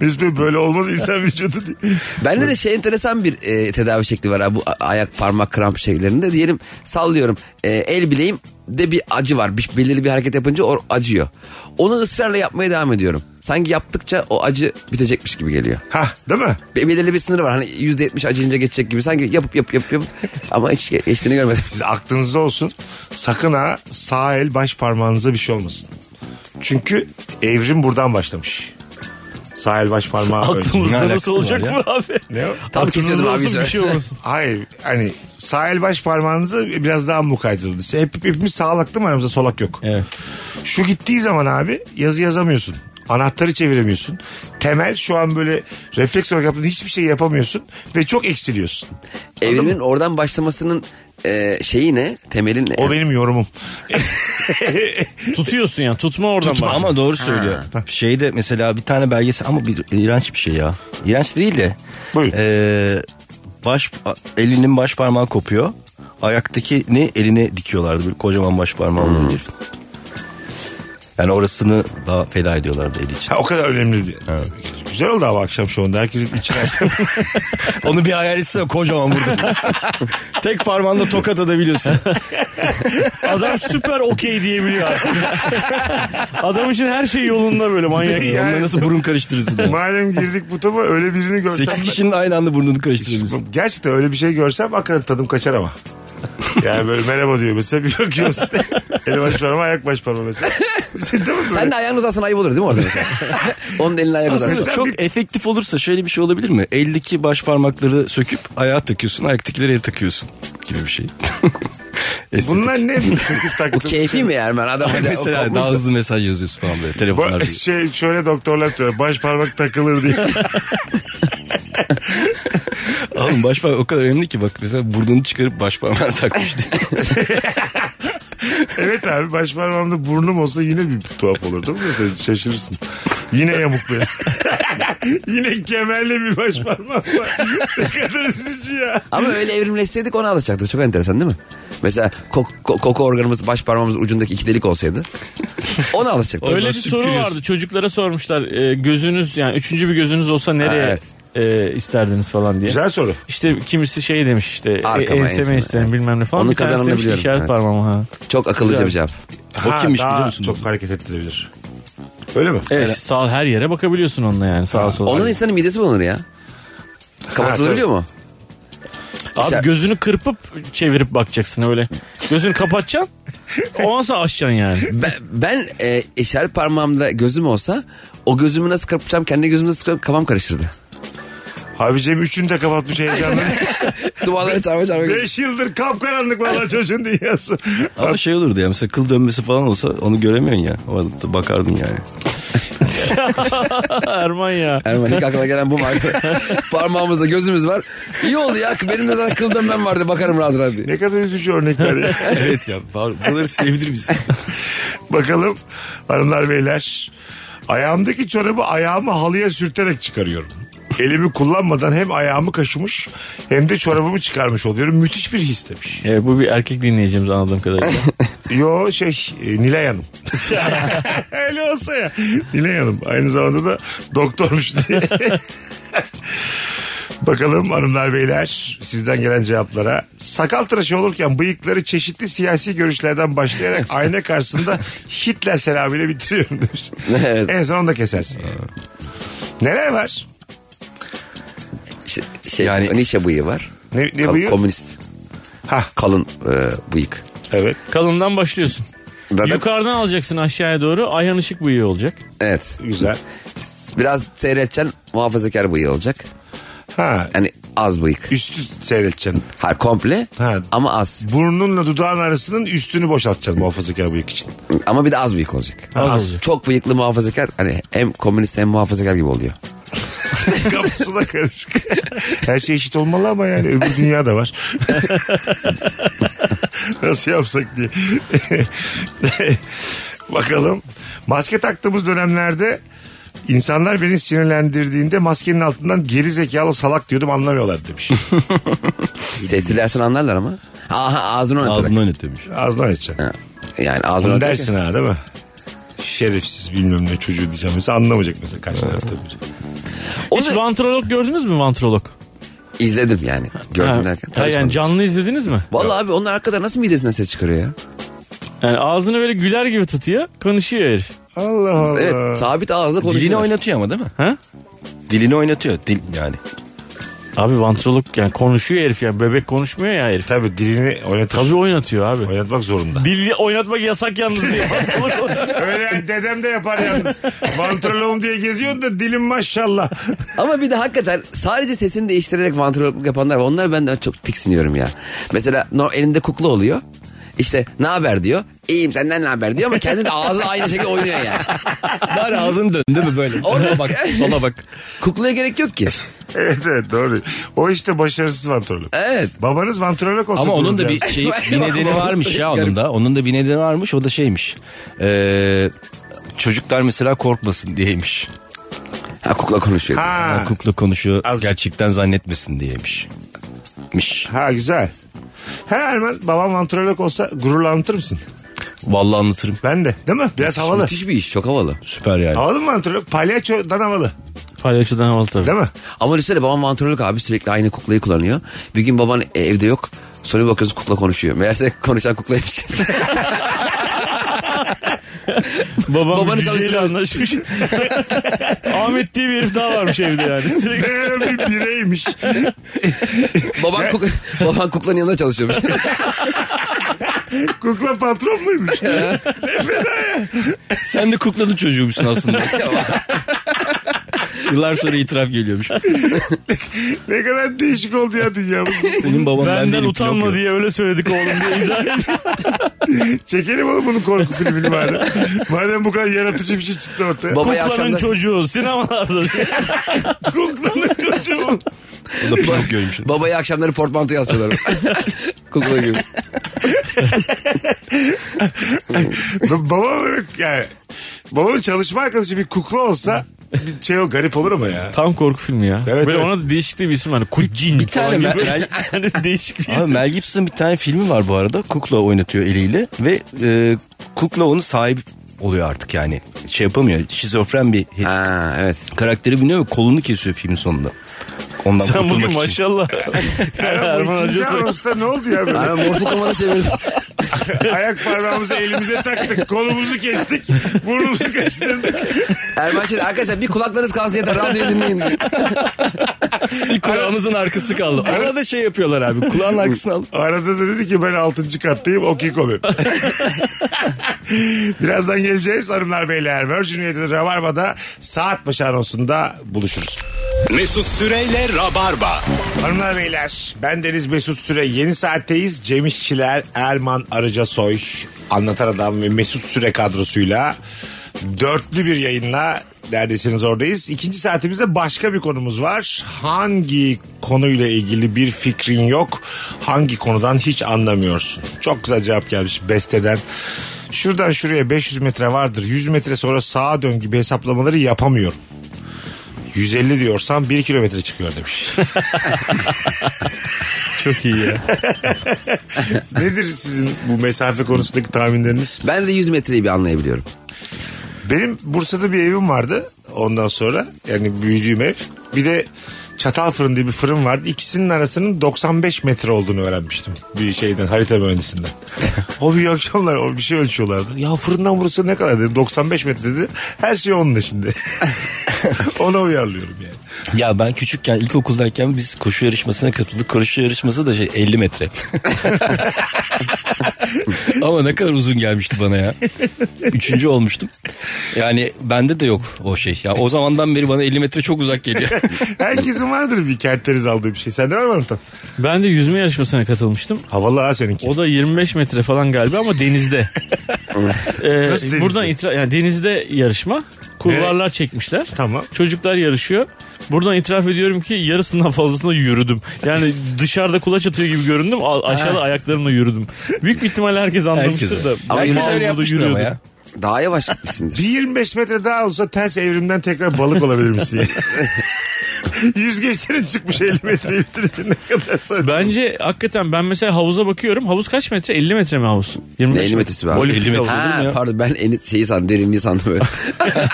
[SPEAKER 3] Biz bir böyle olmaz insan vücudu diye.
[SPEAKER 4] Bende de şey enteresan bir e, tedavi şekli var abi bu a- ayak parmak kramp şekillerinde diyelim sallıyorum e, el bileğim de bir acı var bir, belirli bir hareket yapınca o acıyor. Onu ısrarla yapmaya devam ediyorum. Sanki yaptıkça o acı bitecekmiş gibi geliyor.
[SPEAKER 3] Ha, değil mi?
[SPEAKER 4] Be- belirli bir sınırı var hani %70 acıyınca geçecek gibi sanki yapıp yapıp yapıp, yapıp ama hiç ge- geçtiğini görmedim. [laughs]
[SPEAKER 3] Siz aklınızda olsun. Sakın ha sağ el baş parmağınıza bir şey olmasın. Çünkü evrim buradan başlamış. Sağ el baş parmağı önce.
[SPEAKER 5] Ne
[SPEAKER 6] Aklımızda
[SPEAKER 5] alakası
[SPEAKER 6] nasıl
[SPEAKER 5] var
[SPEAKER 6] olacak
[SPEAKER 5] ya?
[SPEAKER 6] bu abi?
[SPEAKER 5] [laughs]
[SPEAKER 3] Ne o?
[SPEAKER 4] Tam kesiyordum
[SPEAKER 6] Aklınızda
[SPEAKER 4] abi
[SPEAKER 6] olsun bir
[SPEAKER 4] [laughs]
[SPEAKER 6] şey
[SPEAKER 4] güzel.
[SPEAKER 6] olmasın.
[SPEAKER 3] Hayır hani sağ el baş parmağınızı biraz daha mukayyet olun. İşte Hep, hepimiz sağlıklı mı aramızda solak yok.
[SPEAKER 6] [laughs] Evet.
[SPEAKER 3] Şu gittiği zaman abi yazı yazamıyorsun. Anahtarı çeviremiyorsun. Temel şu an böyle refleks olarak yaptığın hiçbir şey yapamıyorsun. Ve çok eksiliyorsun.
[SPEAKER 4] Evrimin oradan başlamasının e, şeyi ne temelin ne?
[SPEAKER 3] O benim yorumum.
[SPEAKER 6] Tutuyorsun ya tutma oradan bak.
[SPEAKER 5] Ama doğru söylüyor. Şeyde mesela bir tane belgesel ama bir iğrenç bir şey ya. İğrenç değil de.
[SPEAKER 3] Buyurun.
[SPEAKER 5] Ee, baş a- elinin baş parmağı kopuyor. Ayaktakini eline dikiyorlardı. Bir kocaman baş parmağı olan herifin. Yani orasını daha feda ediyorlardı eli için.
[SPEAKER 3] Ha, o kadar önemli diye. Güzel oldu ama akşam şovunda. Herkesin içine
[SPEAKER 5] Onu bir hayal etsene kocaman burada. [laughs] Tek parmağında tokat atabiliyorsun.
[SPEAKER 6] Adam süper okey diyebiliyor artık. Adam için her şey yolunda böyle manyak.
[SPEAKER 3] Yani-
[SPEAKER 5] Onunla nasıl burun karıştırırsın? yani?
[SPEAKER 3] Madem girdik bu topa öyle birini görsem.
[SPEAKER 5] 8 kişinin aynı anda burnunu karıştırabilirsin.
[SPEAKER 3] Bu- Gerçekten öyle bir şey görsem hakikaten tadım kaçar
[SPEAKER 5] [laughs]
[SPEAKER 3] ama. Yani böyle merhaba diyor mesela bir bakıyorsun. El baş parmağı ayak baş parmağı
[SPEAKER 5] [laughs]
[SPEAKER 3] mesela. Sen de mi böyle?
[SPEAKER 4] Sen de ayağını uzatsan ayıp olur değil mi orada
[SPEAKER 6] [laughs]
[SPEAKER 4] mesela? Onun elini ayağını uzatsan.
[SPEAKER 5] Çok efektif olursa şöyle bir şey olabilir mi? Eldeki baş parmakları söküp ayağa takıyorsun, ayaktakileri el takıyorsun gibi bir şey. [laughs] Estetik.
[SPEAKER 3] Bunlar ne? Söküp
[SPEAKER 4] Bu
[SPEAKER 3] taktığım
[SPEAKER 4] keyfi
[SPEAKER 3] şey.
[SPEAKER 4] mi Erman? Adam öyle
[SPEAKER 5] Mesela
[SPEAKER 4] okumuş da-
[SPEAKER 5] daha hızlı mesaj yazıyorsun falan böyle telefonlar.
[SPEAKER 3] Ba- şey şöyle doktorlar diyor baş parmak takılır
[SPEAKER 5] [laughs]
[SPEAKER 3] diye.
[SPEAKER 5] Oğlum baş parmak o kadar önemli ki bak mesela burnunu çıkarıp baş parmağına [laughs] takmış diye.
[SPEAKER 3] evet abi baş parmağımda burnum olsa yine bir tuhaf olur değil mi? Mesela şaşırırsın. Yine yamuk böyle. yine kemerle bir baş parmağım var. ne kadar üzücü ya.
[SPEAKER 4] Ama öyle evrimleşseydik ona alışacaktık. Çok enteresan değil mi? Mesela kok- ko- koku organımız baş parmağımız ucundaki iki delik olsaydı ona alışacaktık.
[SPEAKER 6] Öyle bir soru
[SPEAKER 5] süpürüyorsun.
[SPEAKER 6] vardı. Çocuklara sormuşlar e, gözünüz yani üçüncü bir gözünüz olsa nereye
[SPEAKER 4] Ha,
[SPEAKER 6] e, isterdiniz falan diye.
[SPEAKER 3] Güzel soru.
[SPEAKER 6] İşte kimisi şey demiş işte e,
[SPEAKER 4] Arkama,
[SPEAKER 6] enseme
[SPEAKER 4] enseme,
[SPEAKER 6] isterim
[SPEAKER 4] evet.
[SPEAKER 6] bilmem ne falan.
[SPEAKER 4] Onu
[SPEAKER 6] bir tanesi demiş
[SPEAKER 4] kazanılabiliyorum,
[SPEAKER 6] işaret
[SPEAKER 4] evet.
[SPEAKER 6] parmağımı ha.
[SPEAKER 4] Çok akıllıca bir cevap.
[SPEAKER 5] O
[SPEAKER 3] Ha,
[SPEAKER 5] kimmiş
[SPEAKER 3] daha
[SPEAKER 5] biliyor musun?
[SPEAKER 3] Çok hareket ettirebilir. Öyle mi?
[SPEAKER 6] Evet. Sağ her yere bakabiliyorsun onunla yani sağa sola.
[SPEAKER 4] Onun insanın midesi bulunur ya. Kapatılabiliyor mu?
[SPEAKER 6] Abi gözünü kırpıp çevirip bakacaksın öyle. Gözünü kapatacaksın. Ondan sonra açacaksın yani.
[SPEAKER 4] Ben, ben e, işaret parmağımda gözüm olsa o gözümü nasıl kapatacağım kendi gözümü nasıl kapatacağım kafam
[SPEAKER 3] [laughs]
[SPEAKER 4] karıştırdı.
[SPEAKER 3] Abicim üçünü de kapatmış
[SPEAKER 5] [laughs]
[SPEAKER 3] heyecanla.
[SPEAKER 4] Duvarları çarpa çarpa.
[SPEAKER 3] Beş yıldır kapkaranlık valla çocuğun dünyası.
[SPEAKER 5] Ama şey olurdu ya mesela kıl dönmesi falan olsa onu göremiyorsun ya. O arada bakardın yani.
[SPEAKER 6] Erman ya.
[SPEAKER 4] Erman ilk aklına gelen
[SPEAKER 3] [laughs]
[SPEAKER 4] bu marka. Parmağımızda gözümüz var. İyi oldu ya. Benim de zaten kıl dönmem vardı. Bakarım rahat rahat diye.
[SPEAKER 3] Ne kadar üzücü örnekler ya.
[SPEAKER 5] evet ya. Bunları sevebilir misin?
[SPEAKER 3] [laughs] Bakalım hanımlar beyler. Ayağımdaki çorabı ayağımı halıya sürterek çıkarıyorum. Elimi kullanmadan hem ayağımı kaşımış hem de çorabımı çıkarmış oluyorum. Müthiş bir his demiş.
[SPEAKER 6] Evet, bu bir erkek dinleyicimiz anladığım kadarıyla.
[SPEAKER 3] Yo şey e, Nilay Hanım. [laughs] Öyle olsa ya. Nilay Hanım aynı zamanda da doktormuş diye. [laughs] Bakalım hanımlar beyler sizden gelen cevaplara. Sakal tıraşı olurken bıyıkları çeşitli siyasi görüşlerden başlayarak ayna karşısında Hitler selamıyla bitiriyorum demiş.
[SPEAKER 4] Evet.
[SPEAKER 3] En son onu da kesersin. yani. Neler var?
[SPEAKER 4] İşte şey,
[SPEAKER 5] Yani-
[SPEAKER 4] yani, nişe bıyığı var.
[SPEAKER 3] Ne, ne
[SPEAKER 4] Kal-
[SPEAKER 3] E, bıyığı?
[SPEAKER 4] komünist.
[SPEAKER 3] Hah.
[SPEAKER 4] Kalın e, bıyık.
[SPEAKER 3] Evet.
[SPEAKER 6] Kalından başlıyorsun.
[SPEAKER 4] Zaten-
[SPEAKER 6] Yukarıdan alacaksın aşağıya doğru. Ayhan ışık bıyığı olacak.
[SPEAKER 4] Evet.
[SPEAKER 3] Güzel.
[SPEAKER 4] Biraz seyredeceksin muhafazakar bıyığı olacak.
[SPEAKER 3] Ha.
[SPEAKER 4] Yani az bıyık.
[SPEAKER 3] Üstü seyredeceksin.
[SPEAKER 4] Ha komple
[SPEAKER 3] Ha.
[SPEAKER 4] ama az.
[SPEAKER 3] Burnunla dudağın arasının üstünü boşaltacaksın muhafazakar bıyık için.
[SPEAKER 4] Ama bir de az bıyık olacak.
[SPEAKER 6] Az olacak.
[SPEAKER 4] Çok bıyıklı muhafazakar hani hem komünist hem muhafazakar gibi oluyor.
[SPEAKER 3] [laughs] Kafasına karışık. Her şey eşit olmalı ama yani öbür dünya da var. [laughs] Nasıl yapsak diye. [laughs] Bakalım. Maske taktığımız dönemlerde insanlar beni sinirlendirdiğinde maskenin altından geri zekalı salak diyordum anlamıyorlar demiş.
[SPEAKER 4] Sesli dersen anlarlar ama. Aha ağzını oynatarak.
[SPEAKER 5] [laughs] Ağzını önet demiş.
[SPEAKER 3] Ağzına açacaksın.
[SPEAKER 4] Ha, Yani ağzını
[SPEAKER 3] Bunu
[SPEAKER 4] oynatarak.
[SPEAKER 3] dersin ha değil mi? Şerefsiz bilmem ne çocuğu diyeceğim. Mesela anlamayacak mesela karşı taraf tabii.
[SPEAKER 4] Onu
[SPEAKER 6] Hiç vantrolog gördünüz mü vantrolog?
[SPEAKER 4] izledim yani. Gördüm
[SPEAKER 6] Ha,
[SPEAKER 4] derken.
[SPEAKER 6] ha, yani
[SPEAKER 4] tanışmadım.
[SPEAKER 6] canlı izlediniz mi?
[SPEAKER 4] Vallahi abi onun arkada nasıl midesinden ses çıkarıyor ya?
[SPEAKER 6] Yani ağzını böyle güler gibi tutuyor. Konuşuyor herif.
[SPEAKER 3] Allah Allah.
[SPEAKER 6] Ee,
[SPEAKER 4] Evet sabit ağızla konuşuyor.
[SPEAKER 5] Dilini oynatıyor ama değil mi?
[SPEAKER 6] Ha?
[SPEAKER 5] Dilini oynatıyor. Dil yani.
[SPEAKER 6] Abi vantrolog yani konuşuyor herif yani. Bebek konuşmuyor ya herif.
[SPEAKER 3] Tabii dilini oynatır.
[SPEAKER 6] Tabii oynatıyor abi.
[SPEAKER 3] Oynatmak zorunda.
[SPEAKER 6] Dil oynatmak yasak yalnız diye.
[SPEAKER 3] Öyle yani dedem de yapar yalnız. Vantroloğum diye geziyorsun da dilim maşallah. [laughs]
[SPEAKER 4] Ama bir de hakikaten sadece sesini değiştirerek vantrologluk yapanlar var. Onlar benden çok tiksiniyorum ya. Mesela no- elinde kukla oluyor. İşte ne haber diyor. İyiyim senden ne haber diyor ama kendi de ağzı aynı şekilde oynuyor
[SPEAKER 6] [laughs]
[SPEAKER 4] yani.
[SPEAKER 5] Bari ağzını dön değil mi böyle?
[SPEAKER 4] Ona bak,
[SPEAKER 5] Ona bak sola bak.
[SPEAKER 4] Kuklaya gerek yok ki.
[SPEAKER 3] Evet evet doğru. O işte başarısız vantrolog.
[SPEAKER 4] Evet.
[SPEAKER 3] Babanız vantrolog olsun.
[SPEAKER 5] Ama onun da bir şey bir nedeni varmış ya onun da. Onun da bir nedeni varmış. O da şeymiş. Ee, çocuklar mesela korkmasın diyeymiş.
[SPEAKER 4] Ha kukla konuşuyor.
[SPEAKER 3] Ha,
[SPEAKER 5] Ha. Kukla konuşuyor
[SPEAKER 3] Azıcık.
[SPEAKER 5] gerçekten zannetmesin diyeymiş. Miş.
[SPEAKER 3] ha güzel. Ha Erman babam vantrolog olsa gururla anlatır mısın?
[SPEAKER 5] Vallahi anlatırım.
[SPEAKER 3] Ben de değil mi? Biraz havalı.
[SPEAKER 4] Müthiş bir iş çok havalı.
[SPEAKER 5] Süper yani.
[SPEAKER 3] Havalı mı vantrolog? Palyaçodan havalı
[SPEAKER 6] Palyaçodan havalı tabii.
[SPEAKER 3] değil mi?
[SPEAKER 4] Ama düşünsene babam vantrolog abi sürekli aynı kuklayı kullanıyor. Bir gün baban e, evde yok. Sonra bir bakıyorsun kukla konuşuyor. Meğerse [laughs] konuşan kuklaymış.
[SPEAKER 6] Babam
[SPEAKER 4] Babanı
[SPEAKER 6] Babanı
[SPEAKER 4] çalıştırıyor.
[SPEAKER 6] anlaşmış. [laughs] Ahmet diye bir herif daha varmış evde yani. Sürekli
[SPEAKER 3] Ee, bir bireymiş.
[SPEAKER 4] baban, kuk baban kuklanın yanında çalışıyormuş.
[SPEAKER 3] Kukla patron muymuş?
[SPEAKER 5] Sen de kuklanın çocuğuymuşsun aslında. Yıllar sonra itiraf geliyormuş.
[SPEAKER 3] ne kadar değişik oldu ya dünyamız.
[SPEAKER 5] Senin baban ben,
[SPEAKER 6] benden
[SPEAKER 5] değilim,
[SPEAKER 6] utanma
[SPEAKER 5] Pinokyo.
[SPEAKER 6] diye öyle söyledik oğlum diye izah ediyor.
[SPEAKER 3] Çekelim oğlum bunun korku filmini madem. Madem bu kadar yaratıcı bir şey çıktı ortaya.
[SPEAKER 4] Baba
[SPEAKER 6] Kuklanın
[SPEAKER 4] akşamda
[SPEAKER 6] çocuğu sinemalarda.
[SPEAKER 3] Kuklanın çocuğu.
[SPEAKER 5] O da Pinokyo'ymuş.
[SPEAKER 4] babayı akşamları portmanto yazıyorlar. kukla gibi.
[SPEAKER 3] Ba- babam öyle- yani babamın çalışma arkadaşı bir kukla olsa bir şey o garip olur ama
[SPEAKER 6] [laughs]
[SPEAKER 3] ya.
[SPEAKER 6] [laughs] Tam korku filmi ya.
[SPEAKER 3] Evet,
[SPEAKER 6] Böyle
[SPEAKER 3] evet.
[SPEAKER 6] ona da değişik de bir isim var. Hani Kucin. Bir
[SPEAKER 5] tane ben- ben-
[SPEAKER 6] [laughs] yani Hani değişik bir
[SPEAKER 5] Abi
[SPEAKER 6] isim.
[SPEAKER 5] Mel Gibson'ın bir tane filmi var bu arada. Kukla oynatıyor eliyle ve e, kukla onun sahibi oluyor artık yani. Şey yapamıyor. Şizofren bir herif.
[SPEAKER 4] Ha evet.
[SPEAKER 5] karakteri biniyor ve kolunu kesiyor filmin sonunda. Ondan
[SPEAKER 6] Sen
[SPEAKER 5] kurtulmak
[SPEAKER 6] bugün
[SPEAKER 5] için.
[SPEAKER 6] maşallah.
[SPEAKER 3] Yani bu
[SPEAKER 6] Erman
[SPEAKER 3] ikinci
[SPEAKER 6] Hoca'sı-
[SPEAKER 3] anonsta ne oldu ya böyle?
[SPEAKER 4] Aynen Mortal Kombat'a çevirdim.
[SPEAKER 3] Ayak parmağımızı elimize taktık. Kolumuzu kestik. Burnumuzu kaçtırdık.
[SPEAKER 4] Erman Şener arkadaşlar bir kulaklarınız kalsın yeter radyoyu dinleyin.
[SPEAKER 5] Bir kulağımızın arkası kaldı. Arada şey yapıyorlar abi. Kulağın arkasını al.
[SPEAKER 3] Arada da dedi ki ben 6. kattayım. Okey komik. [laughs] Birazdan geleceğiz hanımlar beyler. Virgin Radio'da Rabarba'da saat başı anonsunda buluşuruz.
[SPEAKER 2] Mesut Süreyle Rabarba.
[SPEAKER 3] Hanımlar beyler ben Deniz Mesut Süre yeni saatteyiz. Cem İşçiler, Erman Arıca Soy, Anlatan Adam ve Mesut Süre kadrosuyla dörtlü bir yayınla neredesiniz oradayız. İkinci saatimizde başka bir konumuz var. Hangi konuyla ilgili bir fikrin yok? Hangi konudan hiç anlamıyorsun? Çok güzel cevap gelmiş besteden. Şuradan şuraya 500 metre vardır. 100 metre sonra sağa dön gibi hesaplamaları yapamıyorum. 150 diyorsan 1 kilometre çıkıyor demiş.
[SPEAKER 6] Çok iyi ya.
[SPEAKER 3] Nedir sizin bu mesafe konusundaki tahminleriniz?
[SPEAKER 4] Ben de 100 metreyi bir anlayabiliyorum.
[SPEAKER 3] Benim Bursa'da bir evim vardı ondan sonra. Yani büyüdüğüm ev. Bir de Çatal Fırın diye bir fırın vardı. İkisinin arasının 95 metre olduğunu öğrenmiştim. Bir şeyden harita [laughs] mühendisinden. o bir akşamlar o bir şey ölçüyorlardı. Ya fırından burası ne kadar dedi. 95 metre dedi. Her şey onunla [laughs] şimdi. Ona uyarlıyorum yani.
[SPEAKER 5] Ya ben küçükken ilkokuldayken biz koşu yarışmasına katıldık. Koşu yarışması da şey 50 [laughs] metre. Ama ne kadar uzun gelmişti bana ya. Üçüncü olmuştum. Yani bende de yok o şey. Ya o zamandan beri bana 50 metre çok uzak geliyor. [laughs]
[SPEAKER 3] Herkesin vardır bir kerteriz aldığı bir şey. Sende var mı Anlatan?
[SPEAKER 6] Ben de yüzme yarışmasına katılmıştım.
[SPEAKER 3] Havalı ha seninki.
[SPEAKER 6] O da 25 metre falan galiba
[SPEAKER 3] [laughs]
[SPEAKER 6] ama denizde. Ee,
[SPEAKER 3] Nasıl denizde?
[SPEAKER 6] Buradan itira- yani denizde yarışma. Kulvarlar çekmişler.
[SPEAKER 3] Tamam.
[SPEAKER 6] Çocuklar yarışıyor. Buradan itiraf ediyorum ki yarısından fazlasını yürüdüm. Yani dışarıda kulaç atıyor gibi göründüm. a- Aşağıda ayaklarımla yürüdüm. Büyük bir ihtimalle herkes anlamıştır
[SPEAKER 5] Herkes.
[SPEAKER 6] da.
[SPEAKER 4] Ama
[SPEAKER 6] Herkes
[SPEAKER 4] yürüyüş
[SPEAKER 6] orada
[SPEAKER 4] öyle
[SPEAKER 5] Yapmıştır ama
[SPEAKER 6] yürüyordu.
[SPEAKER 5] ya.
[SPEAKER 4] Daha yavaş gitmişsindir.
[SPEAKER 3] Bir 25 metre daha olsa ters evrimden tekrar balık olabilir misin? Yüzgeçlerin çıkmış 50 metre bitirince ne kadar saçma.
[SPEAKER 6] Bence hakikaten ben mesela havuza bakıyorum. Havuz kaç metre? 50 metre mi havuz? 25
[SPEAKER 4] Ne
[SPEAKER 6] [laughs]
[SPEAKER 4] 50 metresi be abi?
[SPEAKER 6] 50 metre. havuz değil mi
[SPEAKER 4] Ha
[SPEAKER 6] ya?
[SPEAKER 4] pardon ben en şeyi sandım derinliği sandım böyle.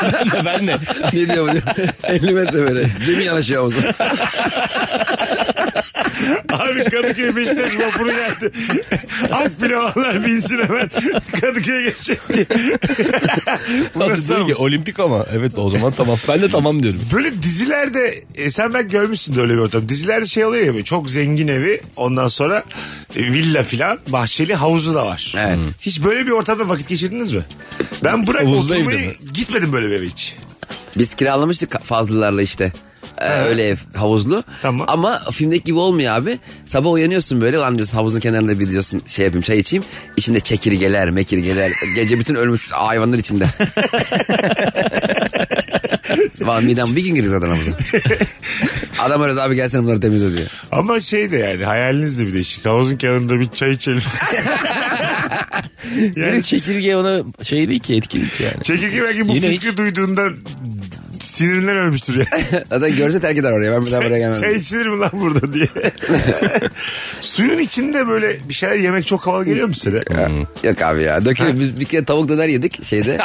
[SPEAKER 5] Ben de, ben de. [laughs]
[SPEAKER 4] ne diyor bu diyor. [laughs] 50 metre böyle. Gemi yanaşıyor havuza.
[SPEAKER 3] Abi Kadıköy Beşiktaş vapuru geldi. Ak pilavalar binsin hemen Kadıköy'e geçecek diye. Burası
[SPEAKER 5] Diyor ki,
[SPEAKER 3] Samsun.
[SPEAKER 5] olimpik ama evet o zaman tamam. Ben de tamam diyorum.
[SPEAKER 3] Böyle dizilerde e, sen ben görmüşsün de öyle bir ortam. Dizilerde şey oluyor ya böyle çok zengin evi ondan sonra e, villa filan bahçeli havuzu da var.
[SPEAKER 4] Evet.
[SPEAKER 3] Hiç böyle bir ortamda vakit geçirdiniz mi? Ben bırak
[SPEAKER 5] Havuzlu evde
[SPEAKER 3] oturmayı
[SPEAKER 5] mi?
[SPEAKER 3] gitmedim böyle bir eve hiç.
[SPEAKER 4] Biz kiralamıştık ka- fazlalarla işte. Ee, öyle ev havuzlu.
[SPEAKER 3] Tamam.
[SPEAKER 4] Ama filmdeki gibi olmuyor abi. Sabah uyanıyorsun böyle lan diyorsun havuzun kenarında bir diyorsun şey yapayım çay içeyim. İçinde çekirgeler mekirgeler. Gece bütün ölmüş hayvanlar [laughs] içinde. Valla midem bir gün girdi zaten havuza. Adam arıyoruz abi gelsene bunları temizle diyor.
[SPEAKER 3] Ama şey de yani hayaliniz de bir değişik. Havuzun kenarında bir çay
[SPEAKER 4] [laughs]
[SPEAKER 3] içelim. yani
[SPEAKER 5] çekirge ona şey değil ki etkinlik yani.
[SPEAKER 3] çekirge belki bu
[SPEAKER 5] Yine
[SPEAKER 3] fikri duyduğunda sinirinden ölmüştür ya.
[SPEAKER 4] Zaten görse terk eder oraya ben bir daha buraya gelmem.
[SPEAKER 3] çay içilir mi lan burada
[SPEAKER 4] [laughs]
[SPEAKER 3] diye. Suyun içinde böyle bir şeyler yemek çok havalı geliyor mu size de?
[SPEAKER 4] Yok abi ya. Dökülüyor. Biz bir kere tavuk döner yedik [laughs] şeyde.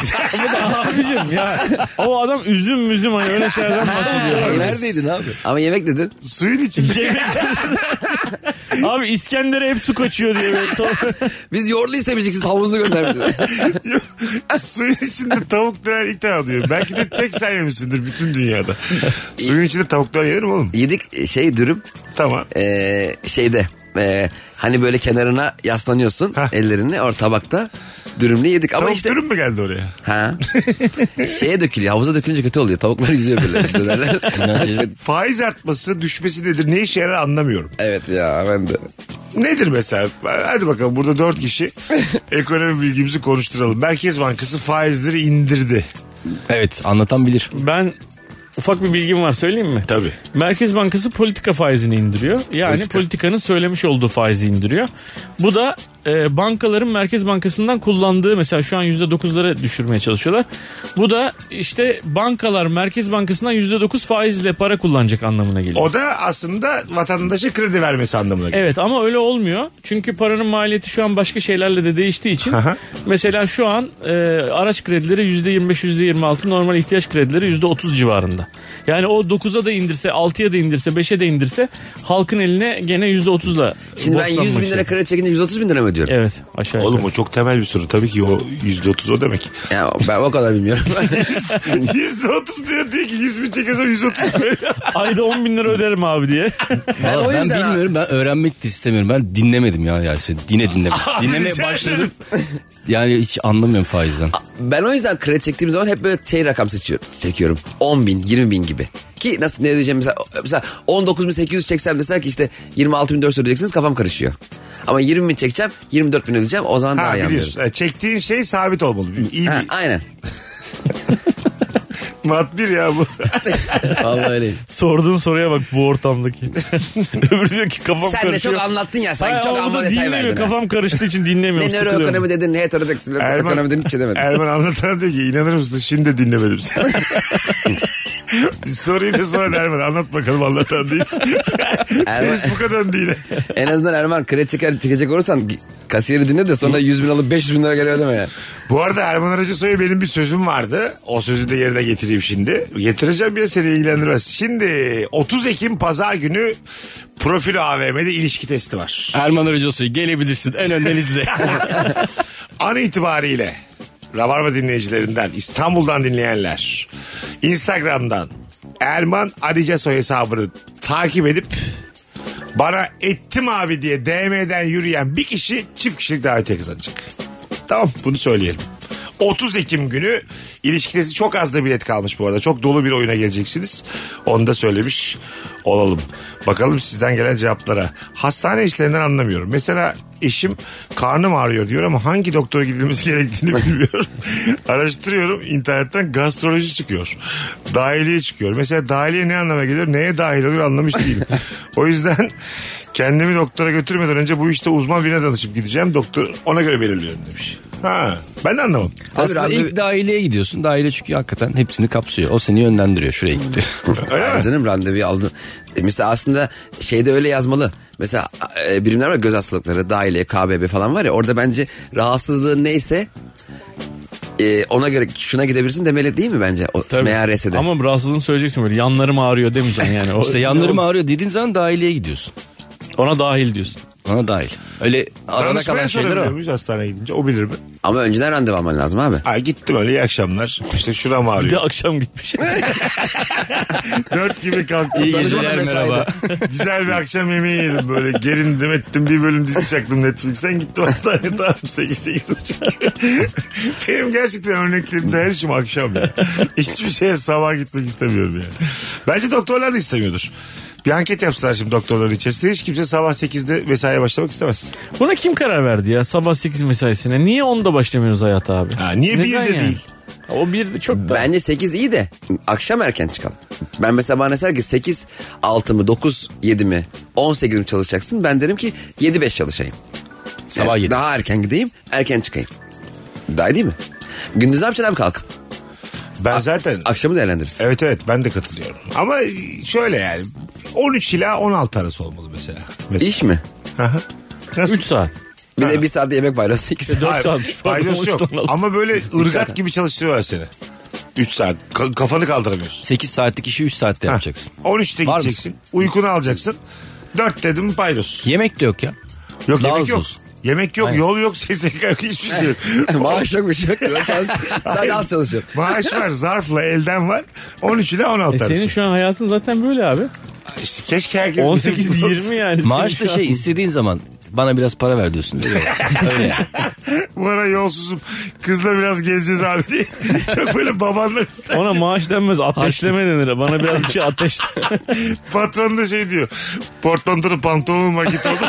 [SPEAKER 6] Abicim ya. O adam üzüm müzüm hani öyle şeylerden bahsediyor.
[SPEAKER 5] Neredeydin abi?
[SPEAKER 4] Ama yemek dedin.
[SPEAKER 3] Suyun
[SPEAKER 4] [laughs]
[SPEAKER 3] içinde.
[SPEAKER 6] Abi İskender'e hep su kaçıyor diye. böyle to- [laughs]
[SPEAKER 4] Biz yoğurtlu istemiştik siz havuzu göndermediniz.
[SPEAKER 3] Yok. [laughs] Suyun içinde tavuk döner ilk defa duyuyorum. Belki de tek sen yemişsindir bütün dünyada. Suyun içinde tavuk döner yenir mi oğlum?
[SPEAKER 4] yedik şey dürüm
[SPEAKER 3] Tamam.
[SPEAKER 4] Ee, şeyde ee, hani böyle kenarına yaslanıyorsun
[SPEAKER 3] Hah.
[SPEAKER 4] ellerini or tabakta dürümle yedik ama
[SPEAKER 3] tavuk
[SPEAKER 4] işte
[SPEAKER 3] dürüm mü geldi oraya?
[SPEAKER 4] ha şeye dökülüyor havuza dökülünce kötü oluyor tavuklar yüzüyor böyle dönerler.
[SPEAKER 3] Faiz artması düşmesi nedir? Ne işe yarar anlamıyorum.
[SPEAKER 4] evet ya ben de
[SPEAKER 3] Nedir mesela? Hadi bakalım burada dört
[SPEAKER 4] [laughs]
[SPEAKER 3] kişi ekonomi bilgimizi konuşturalım. Merkez Bankası faizleri indirdi.
[SPEAKER 5] Evet anlatan bilir.
[SPEAKER 6] ben ufak bir bilgim var söyleyeyim mi?
[SPEAKER 3] Tabii.
[SPEAKER 6] Merkez Bankası politika faizini indiriyor. Yani politikanın söylemiş olduğu faizi indiriyor. Bu da e, bankaların Merkez Bankası'ndan kullandığı mesela şu an %9'lara düşürmeye çalışıyorlar. Bu da işte bankalar Merkez Bankası'ndan %9 faizle para kullanacak anlamına geliyor.
[SPEAKER 3] O da aslında vatandaşa kredi vermesi anlamına geliyor.
[SPEAKER 6] Evet ama öyle olmuyor. Çünkü paranın maliyeti şu an başka şeylerle de değiştiği için.
[SPEAKER 3] Aha.
[SPEAKER 6] mesela şu an e, araç kredileri %25 %26 normal ihtiyaç kredileri %30 civarında. Yani o 9'a da indirse 6'ya da indirse 5'e de indirse halkın eline gene %30'la
[SPEAKER 4] şimdi ben 100 bin lira kredi çekince 130 bin lira mı ediyorum.
[SPEAKER 6] Evet aşağı
[SPEAKER 3] Oğlum
[SPEAKER 6] yukarı.
[SPEAKER 3] o çok temel bir soru. Tabii ki o yüzde otuz o demek.
[SPEAKER 4] Ya ben o kadar bilmiyorum.
[SPEAKER 3] [laughs] Yüzde otuz diyor diyor ki yüz bin çekiyorsa yüz
[SPEAKER 4] [laughs]
[SPEAKER 3] otuz
[SPEAKER 6] Ayda 10 bin lira öderim abi [laughs] diye.
[SPEAKER 4] ben
[SPEAKER 5] Valla
[SPEAKER 4] o
[SPEAKER 5] ben
[SPEAKER 4] yüzden
[SPEAKER 5] bilmiyorum ben öğrenmek de istemiyorum. Ben dinlemedim ya Yasin. Yine dinlemedim. Dinlemeye
[SPEAKER 3] rica
[SPEAKER 5] başladım. Yani hiç anlamıyorum faizden.
[SPEAKER 4] Ben o yüzden kredi çektiğim zaman hep böyle şey rakam seçiyorum. çekiyorum. 10 bin, 20 bin gibi. Ki nasıl ne ödeyeceğim mesela, mesela 19.800 çeksem desek ki işte 26.400 ödeyeceksiniz kafam karışıyor. Ama 20 bin çekeceğim 24 bin ödeyeceğim o zaman daha
[SPEAKER 3] Ha
[SPEAKER 4] iyi anlıyorum.
[SPEAKER 3] biliyorsun. E, Çektiğin şey sabit olmalı. İyi
[SPEAKER 4] Ha,
[SPEAKER 3] bir
[SPEAKER 4] aynen.
[SPEAKER 3] mat bir ya
[SPEAKER 4] [laughs]
[SPEAKER 3] bu.
[SPEAKER 4] Vallahi öyle.
[SPEAKER 6] Sorduğun soruya bak bu ortamdaki. [laughs] Öbürü diyor ki kafam
[SPEAKER 4] Sen de
[SPEAKER 6] karışıyor.
[SPEAKER 4] çok anlattın ya sanki
[SPEAKER 6] Hayır,
[SPEAKER 4] çok
[SPEAKER 6] ama bu
[SPEAKER 4] amma
[SPEAKER 6] da
[SPEAKER 4] detay
[SPEAKER 6] dinlemiyor.
[SPEAKER 4] verdin. ha.
[SPEAKER 6] Kafam karıştığı için dinlemiyor.
[SPEAKER 4] Ne
[SPEAKER 6] sıkılıyorum.
[SPEAKER 4] nöroekonomi dedin, heterodeksüle ekonomi dedin hiçbir şey demedin.
[SPEAKER 3] Erman anlatan diyor ki inanır mısın şimdi de dinlemedim seni. [laughs] Bir Soruyu da sonra Erman anlat bakalım anlatan değil.
[SPEAKER 4] Erman-
[SPEAKER 3] Facebook'a döndü yine.
[SPEAKER 4] En azından Erman kredi çeker, çekecek olursan kasiyeri dinle de sonra 100 bin alıp 500 bin lira geri ödeme ya.
[SPEAKER 3] Bu arada Erman Aracı Soy'a benim bir sözüm vardı. O sözü de yerine getireyim şimdi. Getireceğim ya seni ilgilendirmez. Şimdi 30 Ekim pazar günü Profil AVM'de ilişki testi var.
[SPEAKER 5] Erman Arıcı gelebilirsin. En önden [laughs] izle.
[SPEAKER 3] An itibariyle Rabarba dinleyicilerinden, İstanbul'dan dinleyenler, Instagram'dan Erman Aricasoy hesabını takip edip bana ettim abi diye DM'den yürüyen bir kişi çift kişilik davetiye kazanacak. Tamam bunu söyleyelim. 30 Ekim günü ilişkidesi çok az da bilet kalmış bu arada. Çok dolu bir oyuna geleceksiniz. Onu da söylemiş olalım. Bakalım sizden gelen cevaplara. Hastane işlerinden anlamıyorum. Mesela eşim karnım ağrıyor diyor ama hangi doktora gidilmesi [laughs] gerektiğini bilmiyorum. Araştırıyorum internetten gastroloji çıkıyor. Dahiliye çıkıyor. Mesela dahiliye ne anlama gelir neye dahil olur anlamış değilim. o yüzden kendimi doktora götürmeden önce bu işte uzman birine danışıp gideceğim. Doktor ona göre belirliyorum demiş. Ha, ben de anlamadım.
[SPEAKER 5] Aslında
[SPEAKER 4] randevu-
[SPEAKER 5] ilk dahileye gidiyorsun. Dahiliye çünkü hakikaten hepsini kapsıyor. O seni yönlendiriyor. Şuraya git diyor.
[SPEAKER 3] Öyle mi?
[SPEAKER 4] Canım randevu aldın. E, mesela aslında şeyde öyle yazmalı. Mesela e, birimler var göz hastalıkları, dahiliye, KBB falan var ya orada bence rahatsızlığın neyse e, ona göre şuna gidebilirsin demeli değil mi bence? O,
[SPEAKER 6] Tabii.
[SPEAKER 4] MRS'de.
[SPEAKER 6] Ama rahatsızlığını söyleyeceksin böyle yanlarım ağrıyor demeyeceksin yani. O-
[SPEAKER 5] İşte yanlarım ağrıyor dediğin zaman dahileye gidiyorsun.
[SPEAKER 6] Ona dahil diyorsun.
[SPEAKER 5] Ona dahil. Öyle arada
[SPEAKER 3] Danışmaya
[SPEAKER 5] kalan şeyler
[SPEAKER 3] sorabiliyor
[SPEAKER 5] o.
[SPEAKER 3] muyuz hastaneye gidince? O bilir mi?
[SPEAKER 4] Ama önceden randevu alman lazım abi.
[SPEAKER 3] Ay gittim öyle iyi akşamlar. İşte şuram
[SPEAKER 6] Bir de
[SPEAKER 5] [laughs]
[SPEAKER 3] ağrıyor.
[SPEAKER 6] akşam gitmiş.
[SPEAKER 3] Dört gibi kalktım.
[SPEAKER 5] İyi
[SPEAKER 4] Danışmana
[SPEAKER 5] geceler
[SPEAKER 4] mesaide.
[SPEAKER 5] merhaba.
[SPEAKER 3] Güzel bir akşam yemeği yedim böyle. Gerindim ettim bir bölüm dizi çaktım Netflix'ten gittim hastaneye tamam 8 sekiz buçuk. [laughs] Benim gerçekten örneklerimde her şeyim akşam ya. Hiçbir şeye sabah gitmek istemiyorum yani. Bence doktorlar da istemiyordur. Bir anket yapsalar şimdi doktorların içerisinde hiç kimse sabah 8'de mesaiye başlamak istemez.
[SPEAKER 6] Buna kim karar verdi ya sabah 8 mesaisine? Niye onda başlamıyoruz hayata abi?
[SPEAKER 3] Ha, niye bir
[SPEAKER 6] Neden
[SPEAKER 3] de değil?
[SPEAKER 6] O bir de çok da.
[SPEAKER 4] Bence 8 iyi de akşam erken çıkalım. Ben mesela bana deser ki 8 6 mı 9 7 mi 18 mi çalışacaksın? Ben derim ki 7 5 çalışayım.
[SPEAKER 5] Sabah
[SPEAKER 4] Yani
[SPEAKER 5] yedi.
[SPEAKER 4] Daha erken gideyim erken çıkayım. Daha iyi değil mi? Gündüz ne yapacaksın abi kalkıp?
[SPEAKER 3] Ben zaten
[SPEAKER 4] Akşamı değerlendirirsin.
[SPEAKER 3] Evet evet ben de katılıyorum. Ama şöyle yani 13 ila 16 arası olmalı mesela. mesela.
[SPEAKER 4] İş mi?
[SPEAKER 3] Aha. Nasıl?
[SPEAKER 6] 3 saat.
[SPEAKER 4] Bir de bir saatte yemek paylaşsa 8 saat.
[SPEAKER 6] Dört
[SPEAKER 3] Hayır,
[SPEAKER 6] saatmiş. Pardon,
[SPEAKER 3] faydası
[SPEAKER 6] üç
[SPEAKER 3] yok.
[SPEAKER 6] saat.
[SPEAKER 3] Ama böyle ırgat
[SPEAKER 4] saat.
[SPEAKER 3] gibi çalıştırıyorlar seni. 3 saat. Ka- kafanı kaldıramıyorsun.
[SPEAKER 5] 8 saatlik işi 3 saatte
[SPEAKER 3] Heh.
[SPEAKER 5] yapacaksın.
[SPEAKER 3] 13'te
[SPEAKER 5] Var
[SPEAKER 3] gideceksin. Uykunu alacaksın. 4 dedim paydos.
[SPEAKER 5] Yemek de yok ya.
[SPEAKER 3] Yok
[SPEAKER 5] Daha
[SPEAKER 3] yemek
[SPEAKER 5] az
[SPEAKER 3] yok.
[SPEAKER 5] olsun.
[SPEAKER 3] Yemek yok,
[SPEAKER 5] Aynen.
[SPEAKER 3] yol yok, [laughs] SSK yok, hiçbir
[SPEAKER 6] [laughs]
[SPEAKER 3] şey yok.
[SPEAKER 4] [laughs] Maaş yok bir şey yok. Ben çalış- Sadece az çalışıyorum.
[SPEAKER 3] Maaş var, zarfla, elden var. 13 ile 16
[SPEAKER 6] E
[SPEAKER 3] arası.
[SPEAKER 6] senin şu an hayatın zaten böyle abi.
[SPEAKER 3] İşte keşke herkes...
[SPEAKER 6] 18-20 yani.
[SPEAKER 5] Maaş
[SPEAKER 6] Senin
[SPEAKER 5] da
[SPEAKER 6] şu an-
[SPEAKER 5] şey istediğin zaman bana biraz para ver diyorsun. Veriyorlar. Öyle yani.
[SPEAKER 3] Bu ara yolsuzum. Kızla biraz gezeceğiz abi
[SPEAKER 6] [laughs]
[SPEAKER 3] diye. Çok böyle babanla ister.
[SPEAKER 6] Ona maaş denmez ateşleme denir. Bana biraz bir
[SPEAKER 5] [laughs]
[SPEAKER 6] şey ateşle.
[SPEAKER 3] Patron da şey diyor. Portlandırı pantolonum vakit oldu.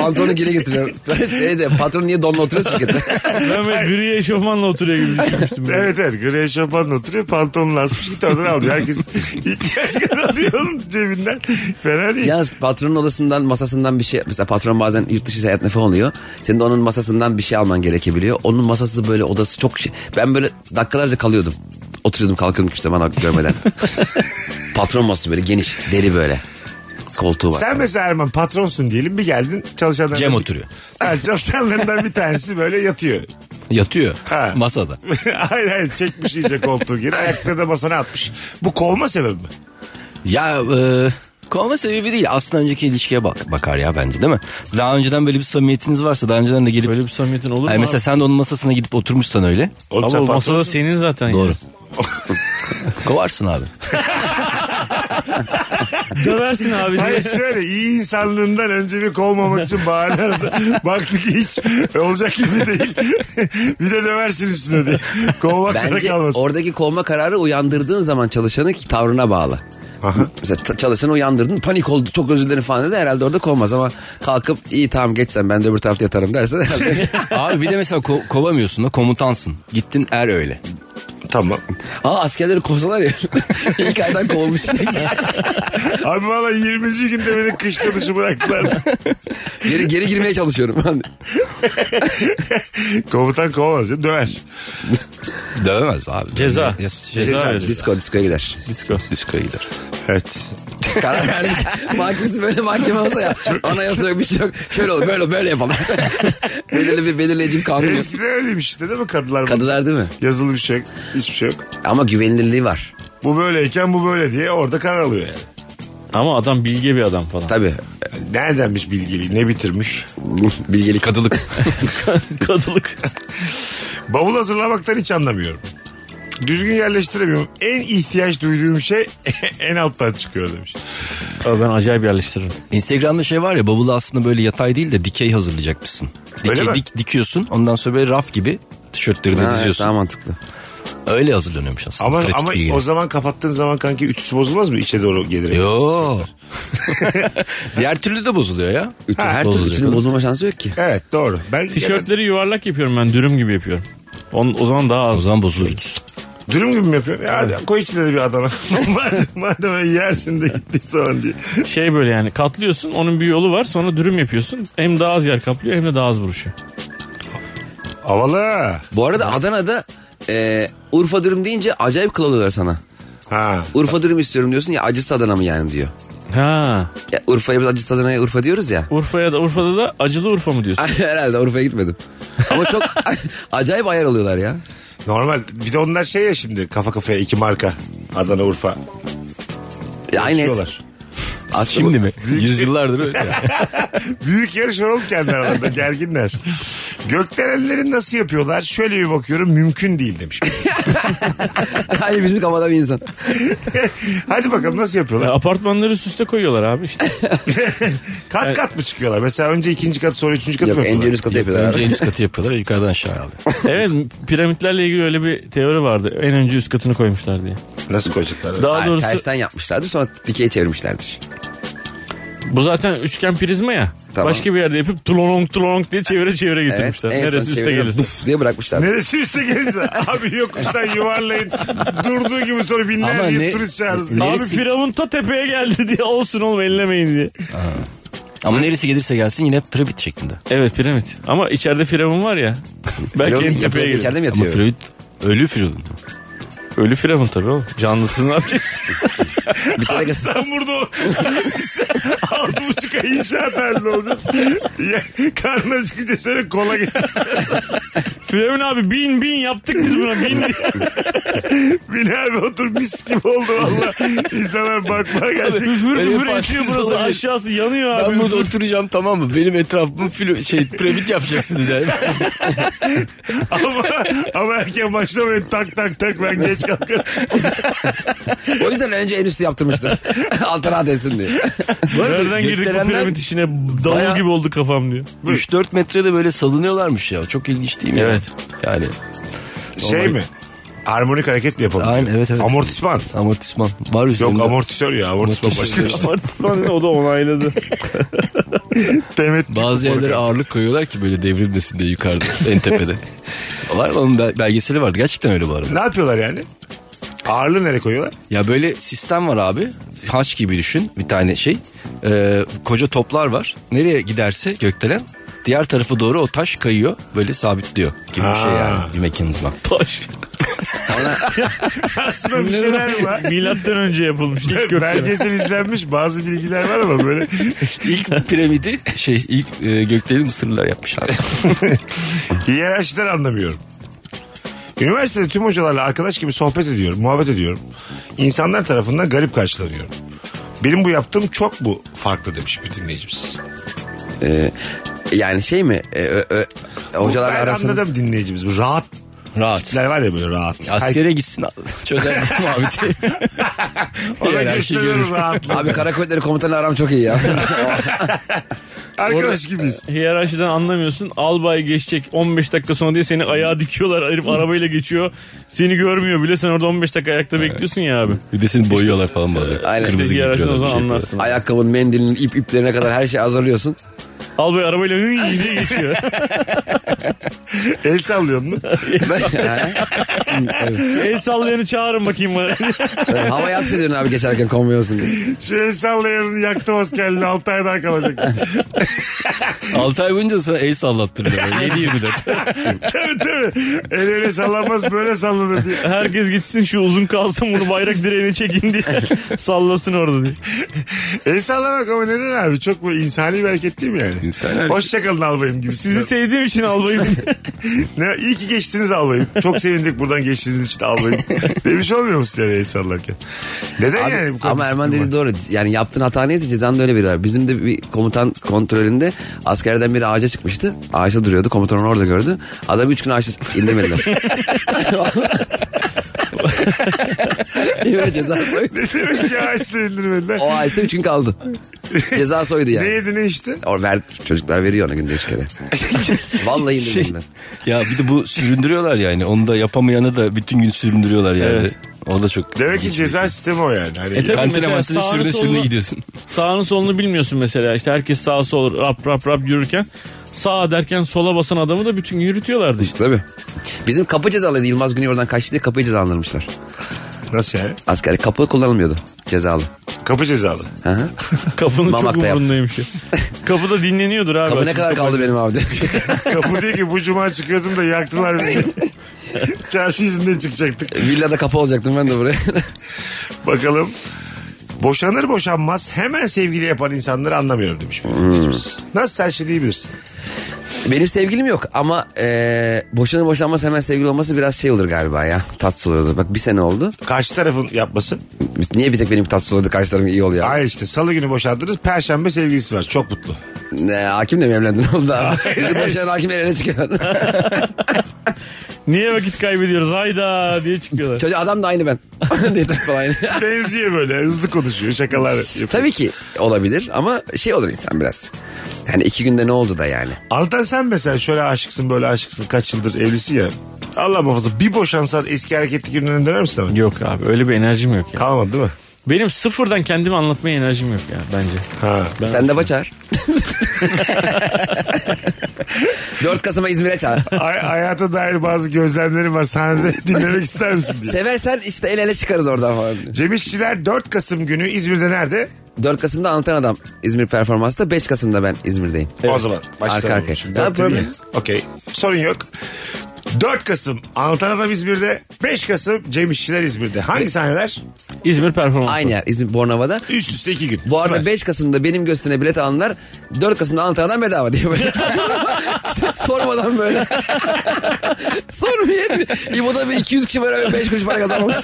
[SPEAKER 4] Pantolonu geri getiriyorum. [laughs] şey de, patron niye donla oturuyorsun ki? [laughs]
[SPEAKER 6] ben böyle gri eşofmanla oturuyor gibi
[SPEAKER 5] [laughs]
[SPEAKER 6] düşünmüştüm. böyle.
[SPEAKER 3] evet evet. Grey şapanla oturuyor. Pantolonunu asmış. Git oradan alıyor. Herkes ihtiyaç kadar alıyor onun cebinden. Fena değil.
[SPEAKER 4] Yalnız patronun odasından masasından bir şey mesela patron bazen yurt dışı seyahatine falan oluyor. Senin de onun masasından bir şey alman gerekebiliyor. Onun masası böyle odası çok şey. Ben böyle dakikalarca kalıyordum. Oturuyordum kalkıyordum kimse bana görmeden. patron masası böyle geniş deri böyle. Koltuğu var.
[SPEAKER 3] Sen mesela Erman patronsun diyelim bir geldin çalışanlardan.
[SPEAKER 5] Cem oturuyor.
[SPEAKER 3] Ha, çalışanlarından bir tanesi böyle yatıyor. [laughs]
[SPEAKER 5] Yatıyor
[SPEAKER 3] Ha.
[SPEAKER 5] masada.
[SPEAKER 3] hayır hayır çekmiş iyice koltuğu geri ayakta da masana atmış. Bu kovma sebebi mi?
[SPEAKER 5] Ya e, Kovma sebebi değil. Aslında önceki ilişkiye bak bakar ya bence değil mi? Daha önceden böyle bir samimiyetiniz varsa daha önceden de gelip...
[SPEAKER 6] Böyle bir samimiyetin olur mu?
[SPEAKER 5] Yani mesela
[SPEAKER 6] abi?
[SPEAKER 5] sen de onun masasına gidip oturmuşsan öyle.
[SPEAKER 3] Oğlum
[SPEAKER 6] Abi
[SPEAKER 3] sen
[SPEAKER 6] o
[SPEAKER 3] patron
[SPEAKER 6] masada
[SPEAKER 3] musun?
[SPEAKER 6] senin zaten.
[SPEAKER 5] Doğru.
[SPEAKER 6] ya. [laughs]
[SPEAKER 5] Kovarsın abi.
[SPEAKER 6] Döversin abi diye.
[SPEAKER 3] Hayır şöyle iyi insanlığından önce bir kovmamak için bahane aradı. Baktık hiç olacak gibi değil. [laughs] bir de döversin üstüne diye. Kovmak da
[SPEAKER 4] Bence
[SPEAKER 3] kalmasın.
[SPEAKER 4] oradaki kovma kararı uyandırdığın zaman çalışanın ki tavrına bağlı. Mesela ta- çalışanı uyandırdın panik oldu çok özür dilerim falan dedi herhalde orada kovmaz ama kalkıp iyi tamam geç sen ben de öbür tarafta yatarım derse herhalde
[SPEAKER 5] abi bir de mesela ko- kovamıyorsun da komutansın. Gittin er öyle.
[SPEAKER 3] Tamam.
[SPEAKER 4] Aa askerleri kovsalar ya [laughs] ilk aydan kovulmuş [laughs]
[SPEAKER 3] Abi valla 20. günde beni kışla dışı bıraktılar.
[SPEAKER 4] geri, geri girmeye çalışıyorum [laughs]
[SPEAKER 3] Komutan kovamaz. ya, Döver.
[SPEAKER 5] Dövemez abi.
[SPEAKER 6] Ceza.
[SPEAKER 5] Yes, yes.
[SPEAKER 6] Ceza veririz.
[SPEAKER 4] disko diskoya gider
[SPEAKER 5] Disko. Diskoya gider.
[SPEAKER 3] Evet.
[SPEAKER 4] karar verdik mahkemesi böyle mahkeme olsa ya anayasa yok bir şey yok şöyle olur böyle olur, böyle yapalım [laughs] belirli bir belirleyici bir kanun yok.
[SPEAKER 3] Eskiden öyleymiş işte değil mi kadınlar? Kadınlar.
[SPEAKER 4] Kadılar değil mi?
[SPEAKER 3] Yazılı bir şey yok. Hiçbir şey yok.
[SPEAKER 4] Ama güvenilirliği var.
[SPEAKER 3] Bu böyleyken bu böyle diye orada karar alıyor yani.
[SPEAKER 6] Ama adam bilge bir adam falan.
[SPEAKER 4] Tabii.
[SPEAKER 3] Neredenmiş bilgili? Ne bitirmiş? [laughs]
[SPEAKER 4] Bilgelik. Kadılık.
[SPEAKER 6] Kadılık.
[SPEAKER 3] Bavul hazırlamaktan hiç anlamıyorum. Düzgün yerleştiremiyorum. En ihtiyaç duyduğum şey [laughs] en alttan çıkıyor demiş.
[SPEAKER 6] Abi ben acayip yerleştiririm.
[SPEAKER 5] Instagram'da şey var ya bavulu aslında böyle yatay değil de dikey hazırlayacakmışsın.
[SPEAKER 3] Öyle mi?
[SPEAKER 5] Dikey dik, dikiyorsun ondan sonra böyle raf gibi tişörtleri de
[SPEAKER 4] Ha, evet,
[SPEAKER 5] diziyorsun.
[SPEAKER 4] daha mantıklı.
[SPEAKER 5] Öyle hazırlanıyormuş aslında.
[SPEAKER 3] Ama
[SPEAKER 5] Pratik
[SPEAKER 3] ama
[SPEAKER 5] bilgiyle.
[SPEAKER 3] o zaman kapattığın zaman kanki ütüsü bozulmaz mı? İçe doğru gelir.
[SPEAKER 5] Yo. [laughs] Diğer türlü de bozuluyor ya.
[SPEAKER 4] Ütü,
[SPEAKER 3] Ha,
[SPEAKER 4] her
[SPEAKER 5] bozulacak
[SPEAKER 4] türlü ütünün
[SPEAKER 5] oğlum.
[SPEAKER 4] bozulma şansı yok ki.
[SPEAKER 3] Evet doğru. Ben
[SPEAKER 6] Tişörtleri yuvarlak yapıyorum ben dürüm gibi yapıyorum. Onun, o zaman daha
[SPEAKER 5] O
[SPEAKER 6] az.
[SPEAKER 5] zaman bozulur ütüsü.
[SPEAKER 3] Dürüm gibi mi yapıyorum? Ya hadi koy içine de bir Adana. [laughs] madem, madem öyle yersin de gittiği zaman diye.
[SPEAKER 6] Şey böyle yani katlıyorsun onun bir yolu var sonra dürüm yapıyorsun. Hem daha az yer kaplıyor hem de daha az vuruşuyor.
[SPEAKER 3] Havalı.
[SPEAKER 4] Bu arada Adana'da e, Urfa dürüm deyince acayip kıl oluyorlar sana.
[SPEAKER 3] Ha.
[SPEAKER 4] Urfa dürüm istiyorum diyorsun ya acısı Adana mı yani diyor.
[SPEAKER 6] Ha.
[SPEAKER 4] Ya, Urfa'ya biz acısı Adana'ya Urfa diyoruz ya. [laughs]
[SPEAKER 6] Urfa'ya da Urfa'da da acılı Urfa mı diyorsun?
[SPEAKER 4] Herhalde Urfa'ya gitmedim. Ama çok [laughs] acayip ayar oluyorlar ya.
[SPEAKER 3] Normal. Bir de onlar şey ya şimdi kafa kafaya iki marka. Adana Urfa.
[SPEAKER 4] E, aynı et.
[SPEAKER 3] Yarışıyorlar.
[SPEAKER 4] Aslında
[SPEAKER 5] Şimdi
[SPEAKER 4] bu-
[SPEAKER 5] mi? Yüzyıllardır öyle. ya.
[SPEAKER 3] Büyük yarış var oğlum kendi aralarında gerginler. Gökdelenleri nasıl yapıyorlar? Şöyle bir bakıyorum mümkün değil demiş.
[SPEAKER 4] [laughs]
[SPEAKER 3] [laughs]
[SPEAKER 4] Aynı bizim kafada bir insan.
[SPEAKER 3] Hadi bakalım nasıl
[SPEAKER 6] Ya,
[SPEAKER 3] yapıyorlar?
[SPEAKER 6] E, apartmanları üst üste koyuyorlar abi işte.
[SPEAKER 3] Kat kat mı çıkıyorlar? Mesela önce ikinci kat sonra üçüncü kat
[SPEAKER 4] Yok
[SPEAKER 3] mı
[SPEAKER 4] en
[SPEAKER 3] yapıyorlar?
[SPEAKER 4] üst katı yapıyorlar.
[SPEAKER 5] [laughs] Önce
[SPEAKER 4] abi.
[SPEAKER 5] en üst katı yapıyorlar yukarıdan aşağı abi.
[SPEAKER 6] evet piramitlerle ilgili öyle bir teori vardı. En önce üst katını koymuşlar diye.
[SPEAKER 3] Nasıl koyacaklar?
[SPEAKER 6] Daha
[SPEAKER 4] Hayır,
[SPEAKER 6] doğrusu
[SPEAKER 4] tersten yapmışlardır sonra dikeye çevirmişlerdir.
[SPEAKER 6] bu zaten üçgen prizma ya.
[SPEAKER 4] Tamam.
[SPEAKER 6] Başka bir yerde yapıp tulonong tulonong diye çevire çevire
[SPEAKER 4] Evet,
[SPEAKER 6] getirmişler.
[SPEAKER 4] en son
[SPEAKER 6] Neresi üste
[SPEAKER 4] çevirip [laughs]
[SPEAKER 6] gelirse.
[SPEAKER 4] duf diye bırakmışlar.
[SPEAKER 3] Neresi üstte
[SPEAKER 5] [laughs]
[SPEAKER 3] gelirse? Abi yokuştan yuvarlayın. Durduğu gibi sonra
[SPEAKER 5] Ama
[SPEAKER 3] binlerce
[SPEAKER 5] ne-
[SPEAKER 3] turist çağırırız.
[SPEAKER 6] Abi firavun ta tepeye geldi diye olsun oğlum ellemeyin diye.
[SPEAKER 5] Ama neresi gelirse gelsin yine piramit şeklinde.
[SPEAKER 6] Evet piramit. Ama içeride firavun var ya. Belki en tepeye
[SPEAKER 4] Yapıyor,
[SPEAKER 6] gelir.
[SPEAKER 4] içeride mi
[SPEAKER 5] Ama
[SPEAKER 4] yatıyor?
[SPEAKER 5] piramit ölü firavun.
[SPEAKER 6] Ölü firavun tabii oğlum. Canlısını ne yapacaksın?
[SPEAKER 4] Bir tane kız-
[SPEAKER 3] Sen burada otur. Sen [laughs] Altı buçuk ay inşaat halinde olacağız. Ya, karnına çıkınca şöyle kola getir.
[SPEAKER 6] [laughs] firavun abi bin bin yaptık biz buna bin diye.
[SPEAKER 3] [laughs] Bin abi otur mis gibi oldu valla. İnsanlar bakmaya gelecek.
[SPEAKER 6] Üfür
[SPEAKER 5] Öyle
[SPEAKER 6] üfür
[SPEAKER 5] fark
[SPEAKER 6] esiyor
[SPEAKER 5] etmez
[SPEAKER 6] burası
[SPEAKER 5] olabilir.
[SPEAKER 6] aşağısı yanıyor abi. Üfür.
[SPEAKER 5] oturacağım tamam mı? Benim etrafımı filo, şey piramit yapacaksınız [laughs] yani.
[SPEAKER 3] Ama, ama erken başlamayın tak tak tak ben geç kalkarım.
[SPEAKER 4] O yüzden önce en üstü yaptırmıştır. Altına at etsin diye.
[SPEAKER 6] Nereden girdik bu piramit işine? Davul
[SPEAKER 5] Bayağı-
[SPEAKER 6] gibi oldu kafam [laughs] diyor.
[SPEAKER 5] 3-4 metrede böyle salınıyorlarmış ya. Çok ilginç değil mi? ya?
[SPEAKER 6] Evet.
[SPEAKER 5] Yani
[SPEAKER 3] Şey mi? Harmonik hareket mi yapalım?
[SPEAKER 5] Aynen, evet, evet.
[SPEAKER 3] Amortisman.
[SPEAKER 5] amortisman var
[SPEAKER 3] Yok
[SPEAKER 5] üzerinde.
[SPEAKER 3] amortisör ya amortisman başka bir şey.
[SPEAKER 6] Artistman o da onayladı.
[SPEAKER 3] Demet
[SPEAKER 5] Bazı
[SPEAKER 3] Tükor.
[SPEAKER 5] yerlere ağırlık koyuyorlar ki böyle devrilmesin diye yukarıda en [laughs] tepede. var mı? Onun bel- belgeseli vardı. Gerçekten öyle bu arada.
[SPEAKER 3] Ne yapıyorlar yani? Ağırlığı nereye koyuyorlar?
[SPEAKER 5] Ya böyle sistem var abi. Haç gibi düşün bir tane şey. Ee, koca toplar var. Nereye giderse gökdelen diğer tarafa doğru o taş kayıyor. Böyle sabitliyor gibi bir şey
[SPEAKER 3] Ha.
[SPEAKER 5] yani bir mekanizma.
[SPEAKER 6] [laughs] [laughs] Taş.
[SPEAKER 3] Aslında bir şeyler var.
[SPEAKER 6] Milattan önce yapılmış ilk gökdelen.
[SPEAKER 3] Belgesel izlenmiş bazı bilgiler var ama böyle
[SPEAKER 5] [laughs] İlk piramidi şey ilk e, gökdeleni Mısırlılar yapmışlar.
[SPEAKER 3] hiyerarşiden anlamıyorum. Üniversitede tüm hocalarla arkadaş gibi sohbet ediyorum, muhabbet ediyorum. İnsanlar tarafından garip karşılanıyorum. Benim bu yaptığım çok bu farklı demiş bir dinleyicimiz.
[SPEAKER 4] Ee, yani şey mi? Ee, ö- ö- hocalar
[SPEAKER 3] ben
[SPEAKER 4] arasında...
[SPEAKER 3] anladım dinleyicimiz. Bu Rahat
[SPEAKER 5] [laughs] Rahat.
[SPEAKER 3] tipler var ya böyle rahat. Her-
[SPEAKER 5] Askere gitsin [laughs] çözer muhabbeti.
[SPEAKER 3] Ona
[SPEAKER 5] hiyerarşi
[SPEAKER 3] gösteriyorum
[SPEAKER 5] şey görür.
[SPEAKER 3] rahatlığı.
[SPEAKER 4] Abi kara kuvvetleri komutanı aram çok iyi ya.
[SPEAKER 3] Arkadaş gibiyiz.
[SPEAKER 6] Hiyerarşiden anlamıyorsun. Albay geçecek 15 dakika sonra diye seni ayağa dikiyorlar. Herif arabayla geçiyor. Seni görmüyor bile. Sen orada 15 dakika ayakta bekliyorsun ya abi.
[SPEAKER 5] bir de seni boyuyorlar falan böyle.
[SPEAKER 4] Aynen.
[SPEAKER 6] Biz
[SPEAKER 5] Kırmızı
[SPEAKER 6] hiyerarşiden o
[SPEAKER 5] giydiriyorlar, bir
[SPEAKER 6] zaman
[SPEAKER 5] şey yapıyorlar.
[SPEAKER 6] anlarsın.
[SPEAKER 4] Ayakkabın, mendilin, ip iplerine kadar her şeyi hazırlıyorsun.
[SPEAKER 6] Albay arabayla hıy [laughs] diye geçiyor.
[SPEAKER 3] El sallıyorsun mu?
[SPEAKER 4] [laughs]
[SPEAKER 6] El sallayanı çağırın bakayım bana.
[SPEAKER 4] Hava yatsı ediyorsun abi geçerken konmuyorsun diye.
[SPEAKER 3] Şu el sallayanın yaktı askerliğini 6 ay daha kalacak.
[SPEAKER 5] 6 ay boyunca sana el sallattırıyor. [laughs] 7-24.
[SPEAKER 3] tabii tabii. El öyle sallanmaz böyle sallanır diye.
[SPEAKER 6] Herkes gitsin şu uzun kalsın bunu bayrak direğine çekin diye. Sallasın orada diye.
[SPEAKER 3] El sallamak ama neden abi? Çok bu insani bir hareket değil mi yani?
[SPEAKER 5] İnsani hareket.
[SPEAKER 3] Hoşçakalın albayım gibi.
[SPEAKER 6] Sizi sevdiğim için albayım.
[SPEAKER 3] Ne, iyi ki geçtiniz albayım. Çok sevindik buradan geçtiğiniz için albayım. Demiş olmuyor mu sizlere el sallarken? Neden yani bu kadar
[SPEAKER 4] Ama
[SPEAKER 3] [laughs]
[SPEAKER 4] Erman
[SPEAKER 3] disiplin
[SPEAKER 4] dedi doğru. Yani yaptığın hata neyse cezan da öyle biri var. Bizim de bir komutan kontrolünde askerden biri ağaca çıkmıştı. Ağaçta duruyordu. Komutan onu orada gördü. Adam üç gün ağaçta indirmediler. [laughs] Evet ceza soydu.
[SPEAKER 3] var? Demek ki ağaçta indirmediler.
[SPEAKER 4] O ağaçta üç gün kaldı. Ceza soydu
[SPEAKER 3] Ne
[SPEAKER 4] yani.
[SPEAKER 3] yedi ne içti?
[SPEAKER 4] O ver, çocuklar veriyor ona günde üç kere. Vallahi
[SPEAKER 6] Şey-
[SPEAKER 4] indirmediler.
[SPEAKER 5] ya bir de bu süründürüyorlar yani. Onu da yapamayanı da bütün gün süründürüyorlar yani.
[SPEAKER 6] Evet.
[SPEAKER 5] O da çok...
[SPEAKER 3] Demek ki
[SPEAKER 5] ilginç
[SPEAKER 3] ceza sistemi o yani. Hani
[SPEAKER 6] E tabii.
[SPEAKER 5] Kantine
[SPEAKER 6] Mesela
[SPEAKER 5] mantine
[SPEAKER 6] sağını
[SPEAKER 5] sürüne
[SPEAKER 6] solunu-
[SPEAKER 5] sürüne gidiyorsun.
[SPEAKER 6] [laughs] Sağını solunu bilmiyorsun mesela. İşte herkes sağa sol rap rap rap yürürken sağa derken sola basan adamı da bütün gün yürütüyorlardı işte.
[SPEAKER 4] Tabii. Bizim kapı cezalıydı. Yılmaz Güney oradan kaçtı diye kapıyı cezalandırmışlar.
[SPEAKER 3] Nasıl yani?
[SPEAKER 4] Asker kapı kullanılmıyordu cezalı.
[SPEAKER 3] Kapı cezalı.
[SPEAKER 4] Hı hı.
[SPEAKER 6] Kapının çok
[SPEAKER 4] Mamak'ta yaptı.
[SPEAKER 6] umurundaymış [laughs] ya. Kapıda dinleniyordur abi.
[SPEAKER 4] Kapı ne
[SPEAKER 6] Açık
[SPEAKER 4] kadar
[SPEAKER 6] kapı.
[SPEAKER 4] kaldı benim
[SPEAKER 6] [laughs]
[SPEAKER 4] abi diye.
[SPEAKER 3] Kapı diyor ki bu cuma çıkıyordum da yaktılar beni. Çarşı izinden çıkacaktık.
[SPEAKER 4] Villada kapı olacaktım ben de buraya. [laughs]
[SPEAKER 3] Bakalım. Boşanır boşanmaz hemen sevgili yapan insanları anlamıyorum demiş. bir
[SPEAKER 4] Hmm.
[SPEAKER 3] dinleyicimiz. Nasıl sen şey diyebilirsin?
[SPEAKER 4] benim sevgilim yok ama e, boşanır boşanmaz hemen sevgili olması biraz şey olur galiba ya. Tatsız olurdu. Bak bir sene oldu.
[SPEAKER 3] Karşı tarafın yapması.
[SPEAKER 4] Niye bir tek benim tatsız olurdu karşı tarafım iyi oluyor.
[SPEAKER 3] Hayır işte salı günü boşandınız perşembe sevgilisi var çok mutlu. [laughs]
[SPEAKER 4] Ne, hakimle mi evlendin [laughs] oğlum da? Bizi boşayan hakimle ele
[SPEAKER 6] [laughs]
[SPEAKER 4] çıkıyorlar.
[SPEAKER 6] Niye vakit kaybediyoruz hayda diye çıkıyorlar.
[SPEAKER 4] Çocuğu adam da aynı ben. [laughs] Diye tip falan aynı.
[SPEAKER 3] Benziyor böyle hızlı konuşuyor şakalar yapıyor.
[SPEAKER 4] Tabii ki olabilir ama şey olur insan biraz. Yani iki günde ne oldu da yani.
[SPEAKER 3] Altan sen mesela şöyle aşıksın böyle aşıksın kaç yıldır evlisin ya. Allah muhafaza bir boşansan eski hareketli günlerine döner misin
[SPEAKER 4] [laughs]
[SPEAKER 3] ama?
[SPEAKER 6] Yok abi öyle bir enerjim yok ya.
[SPEAKER 3] Kalmadı değil mi?
[SPEAKER 6] Benim sıfırdan kendimi anlatmaya enerjim yok ya bence.
[SPEAKER 3] Ha.
[SPEAKER 4] Sen de [laughs] baçar. 4 Kasım'a İzmir'e çağır.
[SPEAKER 3] Ay- hayata dair bazı gözlemlerim var sahnede [laughs] dinlemek ister misin
[SPEAKER 4] [laughs]
[SPEAKER 3] diye.
[SPEAKER 4] Seversen işte el ele çıkarız oradan falan.
[SPEAKER 3] Cem İşçiler 4 Kasım günü İzmir'de nerede?
[SPEAKER 4] 4 Kasım'da anlatan adam İzmir performansta 5 Kasım'da ben İzmir'deyim.
[SPEAKER 3] O zaman.
[SPEAKER 4] Arka arkaya.
[SPEAKER 3] Şimdi
[SPEAKER 4] Tamam,
[SPEAKER 3] dört dedi
[SPEAKER 4] problem.
[SPEAKER 3] ya. Okey. Sorun yok. 4 Kasım Anlatan Adam İzmir'de. 5 Kasım Cem İşçiler İzmir'de. Hangi sahneler?
[SPEAKER 6] İzmir performansı.
[SPEAKER 4] Aynı yer İzmir Bornova'da.
[SPEAKER 3] Üst üste 2 gün.
[SPEAKER 4] Bu arada
[SPEAKER 3] Süper.
[SPEAKER 4] 5 Kasım'da benim gösterine bilet alanlar 4 Kasım'da anlatan adam bedava diye böyle [laughs] saçmalama. Sormadan böyle. [laughs] Sormuyor etmiyor. İbo'da bir 200 kişi böyle 5 kuruş para kazanmış.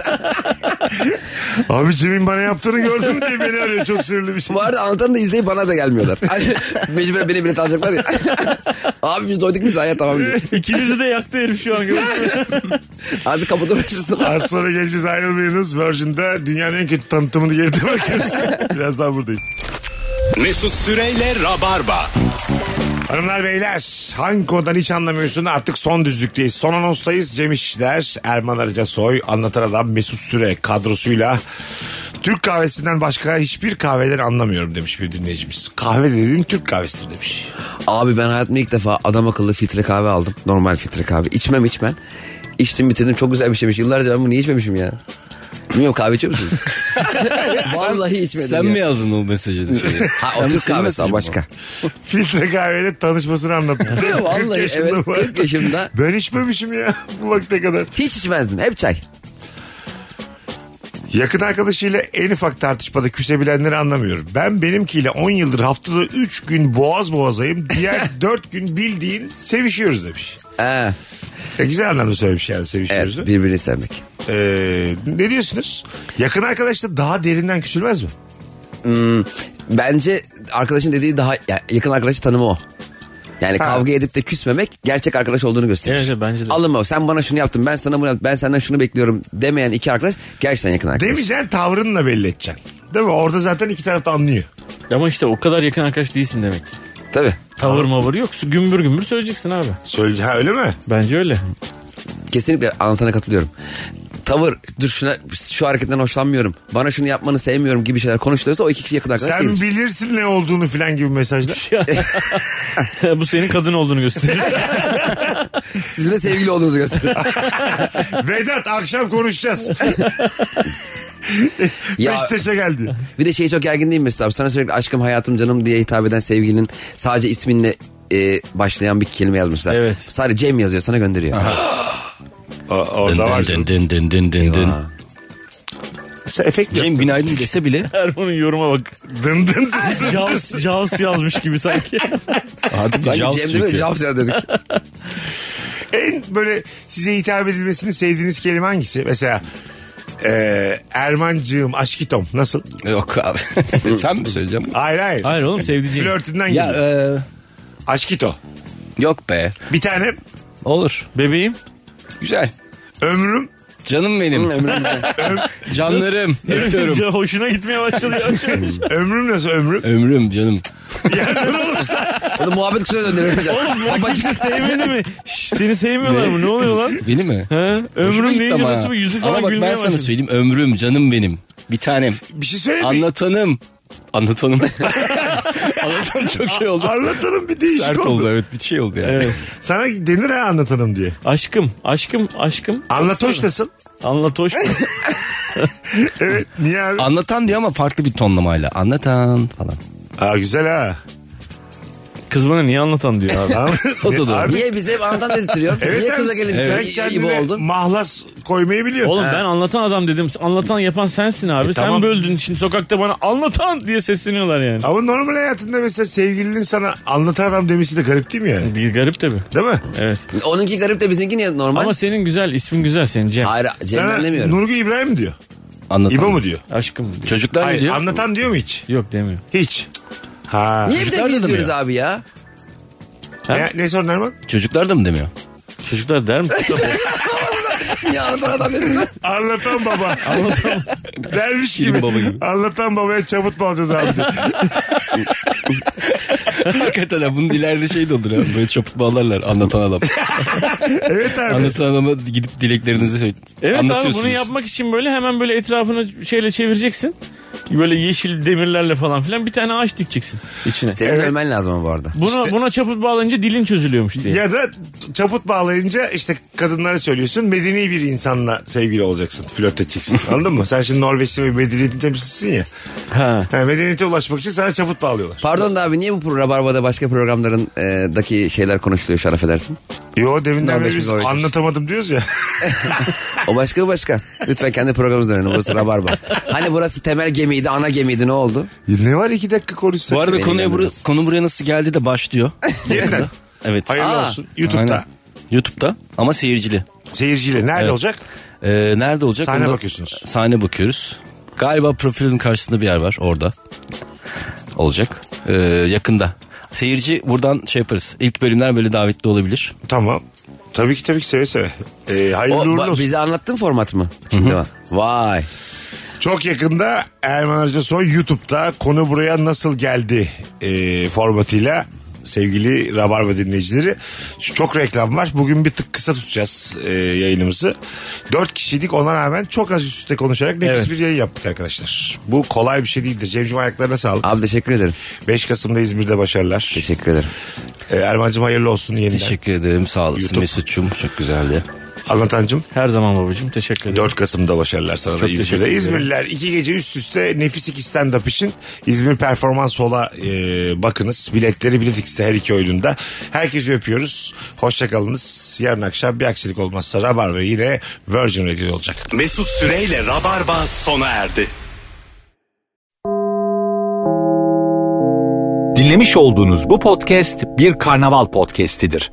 [SPEAKER 3] Abi Cem'in bana yaptığını gördün mü diye beni arıyor. Çok sinirli bir şey.
[SPEAKER 4] Bu arada anlatanı da izleyip bana da gelmiyorlar. [laughs] Hani mecburen beni bilet alacaklar ya. [laughs] Abi biz doyduk biz hayat tamam diyor.
[SPEAKER 6] İkimizi de yaktı herif şu an. gördün mü?
[SPEAKER 4] Hadi kapıda uğraşırsın.
[SPEAKER 3] Az sonra geleceğiz ayrılmayınız. Virgin'de dünyanın en kötü tanıtımını geride bırakıyoruz.
[SPEAKER 4] [laughs]
[SPEAKER 3] Birazdan buradayız.
[SPEAKER 2] Mesut Süreyle Rabarba.
[SPEAKER 3] Hanımlar beyler hangi konudan hiç anlamıyorsun artık son düzlükteyiz. Son anonstayız. Cem İşçiler, Erman Arıca Soy, Anlatan Adam Mesut Süre kadrosuyla Türk kahvesinden başka hiçbir kahveden anlamıyorum demiş bir dinleyicimiz. Kahve dediğin Türk kahvesidir demiş.
[SPEAKER 4] [laughs] Abi ben hayatımda ilk defa adam akıllı filtre kahve aldım. Normal filtre kahve. İçmem içmem. İçtim bitirdim çok güzel bir şeymiş. Yıllarca ben bunu niye içmemişim ya? Bilmiyorum kahve içiyor
[SPEAKER 5] [laughs]
[SPEAKER 4] musun? Vallahi içmedim
[SPEAKER 5] Sen
[SPEAKER 4] ya.
[SPEAKER 5] mi yazdın o mesajı? [laughs] dışarıya?
[SPEAKER 4] Ha o
[SPEAKER 5] Yalnız
[SPEAKER 4] Türk
[SPEAKER 5] senin
[SPEAKER 4] kahvesi
[SPEAKER 5] mesajın
[SPEAKER 4] ama
[SPEAKER 5] mı?
[SPEAKER 4] başka.
[SPEAKER 3] [laughs] Filtre kahveyle tanışmasını anlatmış.
[SPEAKER 4] Değil mi? Vallahi evet, 40 yaşımda.
[SPEAKER 3] Ben içmemişim ya [laughs] bu vakte kadar.
[SPEAKER 4] Hiç içmezdim. Hep çay.
[SPEAKER 3] Yakın arkadaşıyla en ufak tartışmada küsebilenleri anlamıyorum. Ben benimkiyle 10 yıldır haftada 3 gün boğaz boğazayım.
[SPEAKER 4] [laughs]
[SPEAKER 3] Diğer 4 gün bildiğin sevişiyoruz demiş.
[SPEAKER 4] Ee,
[SPEAKER 3] Ya güzel anlamda söylemiş yani
[SPEAKER 4] evet,
[SPEAKER 3] sevişiyoruz.
[SPEAKER 4] birbirini sevmek.
[SPEAKER 3] Ee, ne diyorsunuz? Yakın arkadaşla daha derinden küsülmez mi?
[SPEAKER 4] Hmm, bence arkadaşın dediği daha ya- yakın arkadaşı tanımı o. Yani kavga edip de küsmemek gerçek arkadaş olduğunu gösterir.
[SPEAKER 6] Evet, evet, bence de.
[SPEAKER 4] Alınma sen bana şunu yaptın ben sana bunu yaptım ben senden şunu bekliyorum demeyen iki arkadaş gerçekten yakın arkadaş.
[SPEAKER 3] Demeyeceksin tavrınla belli edeceksin. Değil mi? Orada zaten iki taraf da anlıyor.
[SPEAKER 6] Ama işte o kadar yakın arkadaş değilsin demek.
[SPEAKER 4] Tabii.
[SPEAKER 6] Tavır mavır yok. Gümbür gümbür söyleyeceksin abi.
[SPEAKER 3] Söyle, ha öyle mi?
[SPEAKER 6] Bence öyle. [laughs]
[SPEAKER 4] Kesinlikle anlatana katılıyorum. Tavır, dur şuna, şu hareketten hoşlanmıyorum, bana şunu yapmanı sevmiyorum gibi şeyler konuşuluyorsa o iki kişi yakın arkadaş
[SPEAKER 3] Sen
[SPEAKER 4] değildir.
[SPEAKER 3] bilirsin ne olduğunu filan gibi
[SPEAKER 4] [laughs]
[SPEAKER 3] mesajlar.
[SPEAKER 6] Bu senin kadın olduğunu gösteriyor. [laughs]
[SPEAKER 4] Sizin de sevgili olduğunuzu gösterir.
[SPEAKER 3] Vedat akşam konuşacağız.
[SPEAKER 4] [laughs]
[SPEAKER 3] [laughs]
[SPEAKER 4] Ya-
[SPEAKER 3] Beşiktaş'a geldi.
[SPEAKER 4] Bir de şey çok gergin değil mi Mesut abi? Sana sürekli aşkım, hayatım, canım diye hitap eden sevgilinin sadece isminle e, başlayan bir kelime yazmışlar.
[SPEAKER 6] Evet.
[SPEAKER 4] Sadece Cem yazıyor sana gönderiyor.
[SPEAKER 3] O- orada var.
[SPEAKER 5] Dın dın dın dın dın dın.
[SPEAKER 4] Eyvah.
[SPEAKER 3] Sen efekt mi?
[SPEAKER 5] Cem günaydın dese bile
[SPEAKER 6] Erman'ın yoruma bak.
[SPEAKER 3] Dın dın dın.
[SPEAKER 6] Jaws, Jaws yazmış gibi sanki.
[SPEAKER 5] artık
[SPEAKER 4] Sanki
[SPEAKER 5] Jaws
[SPEAKER 4] Cem değil mi?
[SPEAKER 5] çünkü.
[SPEAKER 4] Jaws ya dedik.
[SPEAKER 3] En [laughs] böyle size hitap edilmesini sevdiğiniz kelime hangisi? Mesela e, Ermancığım, aşkitom nasıl?
[SPEAKER 5] [laughs] Yok abi. Sen mi söyleyeceğim?
[SPEAKER 3] Hayır hayır.
[SPEAKER 6] Hayır oğlum sevdiceğim.
[SPEAKER 3] Flörtünden
[SPEAKER 5] Ya
[SPEAKER 3] geliyor.
[SPEAKER 5] e,
[SPEAKER 3] Aşkito.
[SPEAKER 5] yok be.
[SPEAKER 3] Bir tane
[SPEAKER 5] Olur.
[SPEAKER 6] Bebeğim.
[SPEAKER 5] Güzel.
[SPEAKER 3] ömrüm.
[SPEAKER 5] Canım benim. [laughs] Canlarım.
[SPEAKER 6] [laughs]
[SPEAKER 5] Öpüyorum.
[SPEAKER 6] Can- Hoşuna gitmeye başladı. [laughs] yavaş yavaş.
[SPEAKER 3] Ömrüm nasıl ömrüm?
[SPEAKER 5] Ömrüm canım.
[SPEAKER 4] Onu muhabbet kuşuna döndüremeyeceğim. Babacık
[SPEAKER 6] Kimse sevmedi mi? Şş, seni sevmiyorlar mı? Ne oluyor lan?
[SPEAKER 5] Beni mi?
[SPEAKER 6] Ha?
[SPEAKER 5] Hoşuma
[SPEAKER 6] Ömrüm
[SPEAKER 5] gitti
[SPEAKER 6] deyince
[SPEAKER 5] ama.
[SPEAKER 6] nasıl bir yüzü falan
[SPEAKER 5] Ama bak
[SPEAKER 6] gülmeye
[SPEAKER 5] ben sana
[SPEAKER 6] başladı.
[SPEAKER 5] söyleyeyim. Ömrüm canım benim. Bir tanem.
[SPEAKER 3] Bir şey söyle bir.
[SPEAKER 5] Anlatanım. Anlatanım. [laughs] Anlatanım çok şey oldu.
[SPEAKER 3] Anlatalım bir değişik
[SPEAKER 5] Sert
[SPEAKER 3] oldu.
[SPEAKER 5] oldu evet bir şey oldu yani.
[SPEAKER 6] Evet.
[SPEAKER 3] Sana denir ha anlatalım diye.
[SPEAKER 6] Aşkım, aşkım, aşkım.
[SPEAKER 3] Anlatoş nasıl?
[SPEAKER 6] Anlat hoş.
[SPEAKER 3] Evet niye abi?
[SPEAKER 5] Anlatan diyor ama farklı bir tonlamayla. Anlatan falan.
[SPEAKER 3] Aa güzel ha.
[SPEAKER 6] [laughs] Kız bana niye anlatan diyor [laughs] abi.
[SPEAKER 3] Tamam.
[SPEAKER 5] O da doğru.
[SPEAKER 3] Abi,
[SPEAKER 4] Niye bize hep anlatan dedirtiyor?
[SPEAKER 3] evet
[SPEAKER 4] Niye
[SPEAKER 3] abi,
[SPEAKER 4] kıza gelince
[SPEAKER 3] sen
[SPEAKER 4] i- gibi
[SPEAKER 3] kendine
[SPEAKER 4] oldun?
[SPEAKER 3] mahlas koymayı biliyorsun.
[SPEAKER 6] Oğlum
[SPEAKER 3] Ha.
[SPEAKER 6] ben anlatan adam dedim. Anlatan yapan sensin abi. Sen
[SPEAKER 3] E, tamam.
[SPEAKER 6] böldün. Şimdi sokakta bana anlatan diye sesleniyorlar yani.
[SPEAKER 3] Ama normal hayatında mesela sevgilinin sana anlatan adam demesi de garip değil mi yani?
[SPEAKER 6] Değil, Garip tabii.
[SPEAKER 3] Değil mi?
[SPEAKER 6] Evet.
[SPEAKER 4] Onunki garip de bizimki niye normal?
[SPEAKER 6] Ama senin güzel. ismin güzel senin Cem.
[SPEAKER 4] Hayır Cem'den
[SPEAKER 3] Sana
[SPEAKER 4] demiyorum.
[SPEAKER 3] Nurgül İbrahim mi diyor?
[SPEAKER 5] Anlatan.
[SPEAKER 3] İbo mu diyor?
[SPEAKER 6] Aşkım diyor.
[SPEAKER 5] Çocuklar ne
[SPEAKER 3] Hayır,
[SPEAKER 5] diyor?
[SPEAKER 3] anlatan diyor mu hiç?
[SPEAKER 6] Yok demiyor.
[SPEAKER 3] Hiç. Ha.
[SPEAKER 4] Niye bir de
[SPEAKER 5] Çocuklar da
[SPEAKER 4] biz diyoruz
[SPEAKER 5] demiyor.
[SPEAKER 4] abi ya?
[SPEAKER 3] Ne, ne sorun Erman?
[SPEAKER 5] Çocuklar da mı demiyor?
[SPEAKER 6] Çocuklar
[SPEAKER 3] [laughs]
[SPEAKER 6] der mi?
[SPEAKER 4] Niye anlatan adam dedirtiyor?
[SPEAKER 3] Anlatan
[SPEAKER 5] [laughs]
[SPEAKER 3] baba. Anlatan. [laughs] Derviş
[SPEAKER 5] Şirin
[SPEAKER 3] gibi.
[SPEAKER 5] baba gibi.
[SPEAKER 3] Anlatan babaya çabut mu alacağız abi? diyor.
[SPEAKER 5] [laughs] Hakikaten ha, bunun ileride şey de olur ya. Böyle çaput bağlarlar anlatan [laughs] adam.
[SPEAKER 3] evet abi.
[SPEAKER 5] anlatan adama gidip dileklerinizi söyle.
[SPEAKER 6] evet abi
[SPEAKER 5] anlatıyorsunuz.
[SPEAKER 6] bunu yapmak için böyle hemen böyle etrafını şeyle çevireceksin. Böyle yeşil demirlerle falan filan bir tane ağaç dikeceksin içine.
[SPEAKER 4] Senin ölmen lazım ama bu arada.
[SPEAKER 6] Buna, buna çaput bağlayınca dilin çözülüyormuş diye.
[SPEAKER 3] Ya da çaput bağlayınca işte kadınlara söylüyorsun medeni bir insanla sevgili olacaksın flört
[SPEAKER 5] [laughs]
[SPEAKER 3] edeceksin anladın mı? Sen şimdi Norveçli ve medeniyeti temsilcisisin ya.
[SPEAKER 6] Ha.
[SPEAKER 3] Ha, medeniyete ulaşmak için sana çaput bağlıyorlar.
[SPEAKER 4] Pardon da abi niye bu pro- Rabarba'da başka programların e, daki şeyler konuşuluyor şaraf edersin?
[SPEAKER 3] Yo deminden beri
[SPEAKER 4] Norveç,
[SPEAKER 3] biz
[SPEAKER 4] Norveç.
[SPEAKER 3] anlatamadım diyoruz ya.
[SPEAKER 4] O başka bu başka. Lütfen kendi programımıza dönelim. Burası Rabarba. Hani burası temel gemiydi, ana gemiydi ne oldu?
[SPEAKER 3] ne var iki dakika konuşsak?
[SPEAKER 5] Bu arada
[SPEAKER 4] Beni
[SPEAKER 5] konuya bura,
[SPEAKER 4] inandırmaz.
[SPEAKER 5] konu buraya nasıl geldi de [laughs] başlıyor.
[SPEAKER 3] Yeniden.
[SPEAKER 5] Evet.
[SPEAKER 3] Hayırlı
[SPEAKER 4] Aa.
[SPEAKER 3] olsun. YouTube'da.
[SPEAKER 5] Aynen. YouTube'da ama seyircili.
[SPEAKER 3] Seyirciyle. Nerede
[SPEAKER 5] Evet.
[SPEAKER 3] olacak?
[SPEAKER 5] Ee, nerede olacak?
[SPEAKER 3] Sahne
[SPEAKER 5] Onda-
[SPEAKER 3] bakıyorsunuz.
[SPEAKER 5] Sahne bakıyoruz. Galiba profilin karşısında bir yer var orada. Olacak. Ee, yakında. Seyirci buradan şey yaparız. İlk bölümler böyle davetli olabilir.
[SPEAKER 3] Tamam. Tabii ki tabii ki seve seve. Ee,
[SPEAKER 4] O,
[SPEAKER 3] hayırlı uğurlu
[SPEAKER 4] ba-
[SPEAKER 3] olsun.
[SPEAKER 4] bize anlattın format mı? Şimdi bak. Vay.
[SPEAKER 3] Çok yakında Erman Arıca Soy YouTube'da konu buraya nasıl geldi e, formatıyla sevgili Rabarba dinleyicileri. Şu Çok reklam var. Bugün bir tık kısa tutacağız e, yayınımızı. Dört kişiydik ona rağmen çok az üst üste konuşarak nefis
[SPEAKER 6] Evet.
[SPEAKER 3] bir yayın yaptık arkadaşlar. Bu kolay bir şey değildir. Cemciğim ayaklarına sağlık.
[SPEAKER 4] Abi teşekkür ederim.
[SPEAKER 3] 5 Kasım'da İzmir'de başarılar.
[SPEAKER 4] Teşekkür ederim.
[SPEAKER 3] E, Erman'cığım hayırlı olsun yeniden.
[SPEAKER 5] Teşekkür ederim. Sağ olasın
[SPEAKER 3] YouTube.
[SPEAKER 5] Mesut'cum. Çok güzeldi.
[SPEAKER 3] Anlatancığım.
[SPEAKER 6] Her zaman babacığım teşekkür ederim.
[SPEAKER 3] 4 Kasım'da başarılar sana da
[SPEAKER 6] Çok teşekkür
[SPEAKER 3] İzmir'de.
[SPEAKER 6] ederim.
[SPEAKER 3] İzmirliler iki gece üst üste Nefis iki stand-up için İzmir Performans Hall'a e, bakınız. Biletleri Bilet X'te her iki oyununda. Herkesi öpüyoruz. Hoşçakalınız. Yarın akşam bir aksilik olmazsa Rabarba yine Virgin Radio olacak.
[SPEAKER 2] Mesut Süreyle Rabarba sona erdi.
[SPEAKER 1] Dinlemiş olduğunuz bu podcast bir karnaval podcastidir.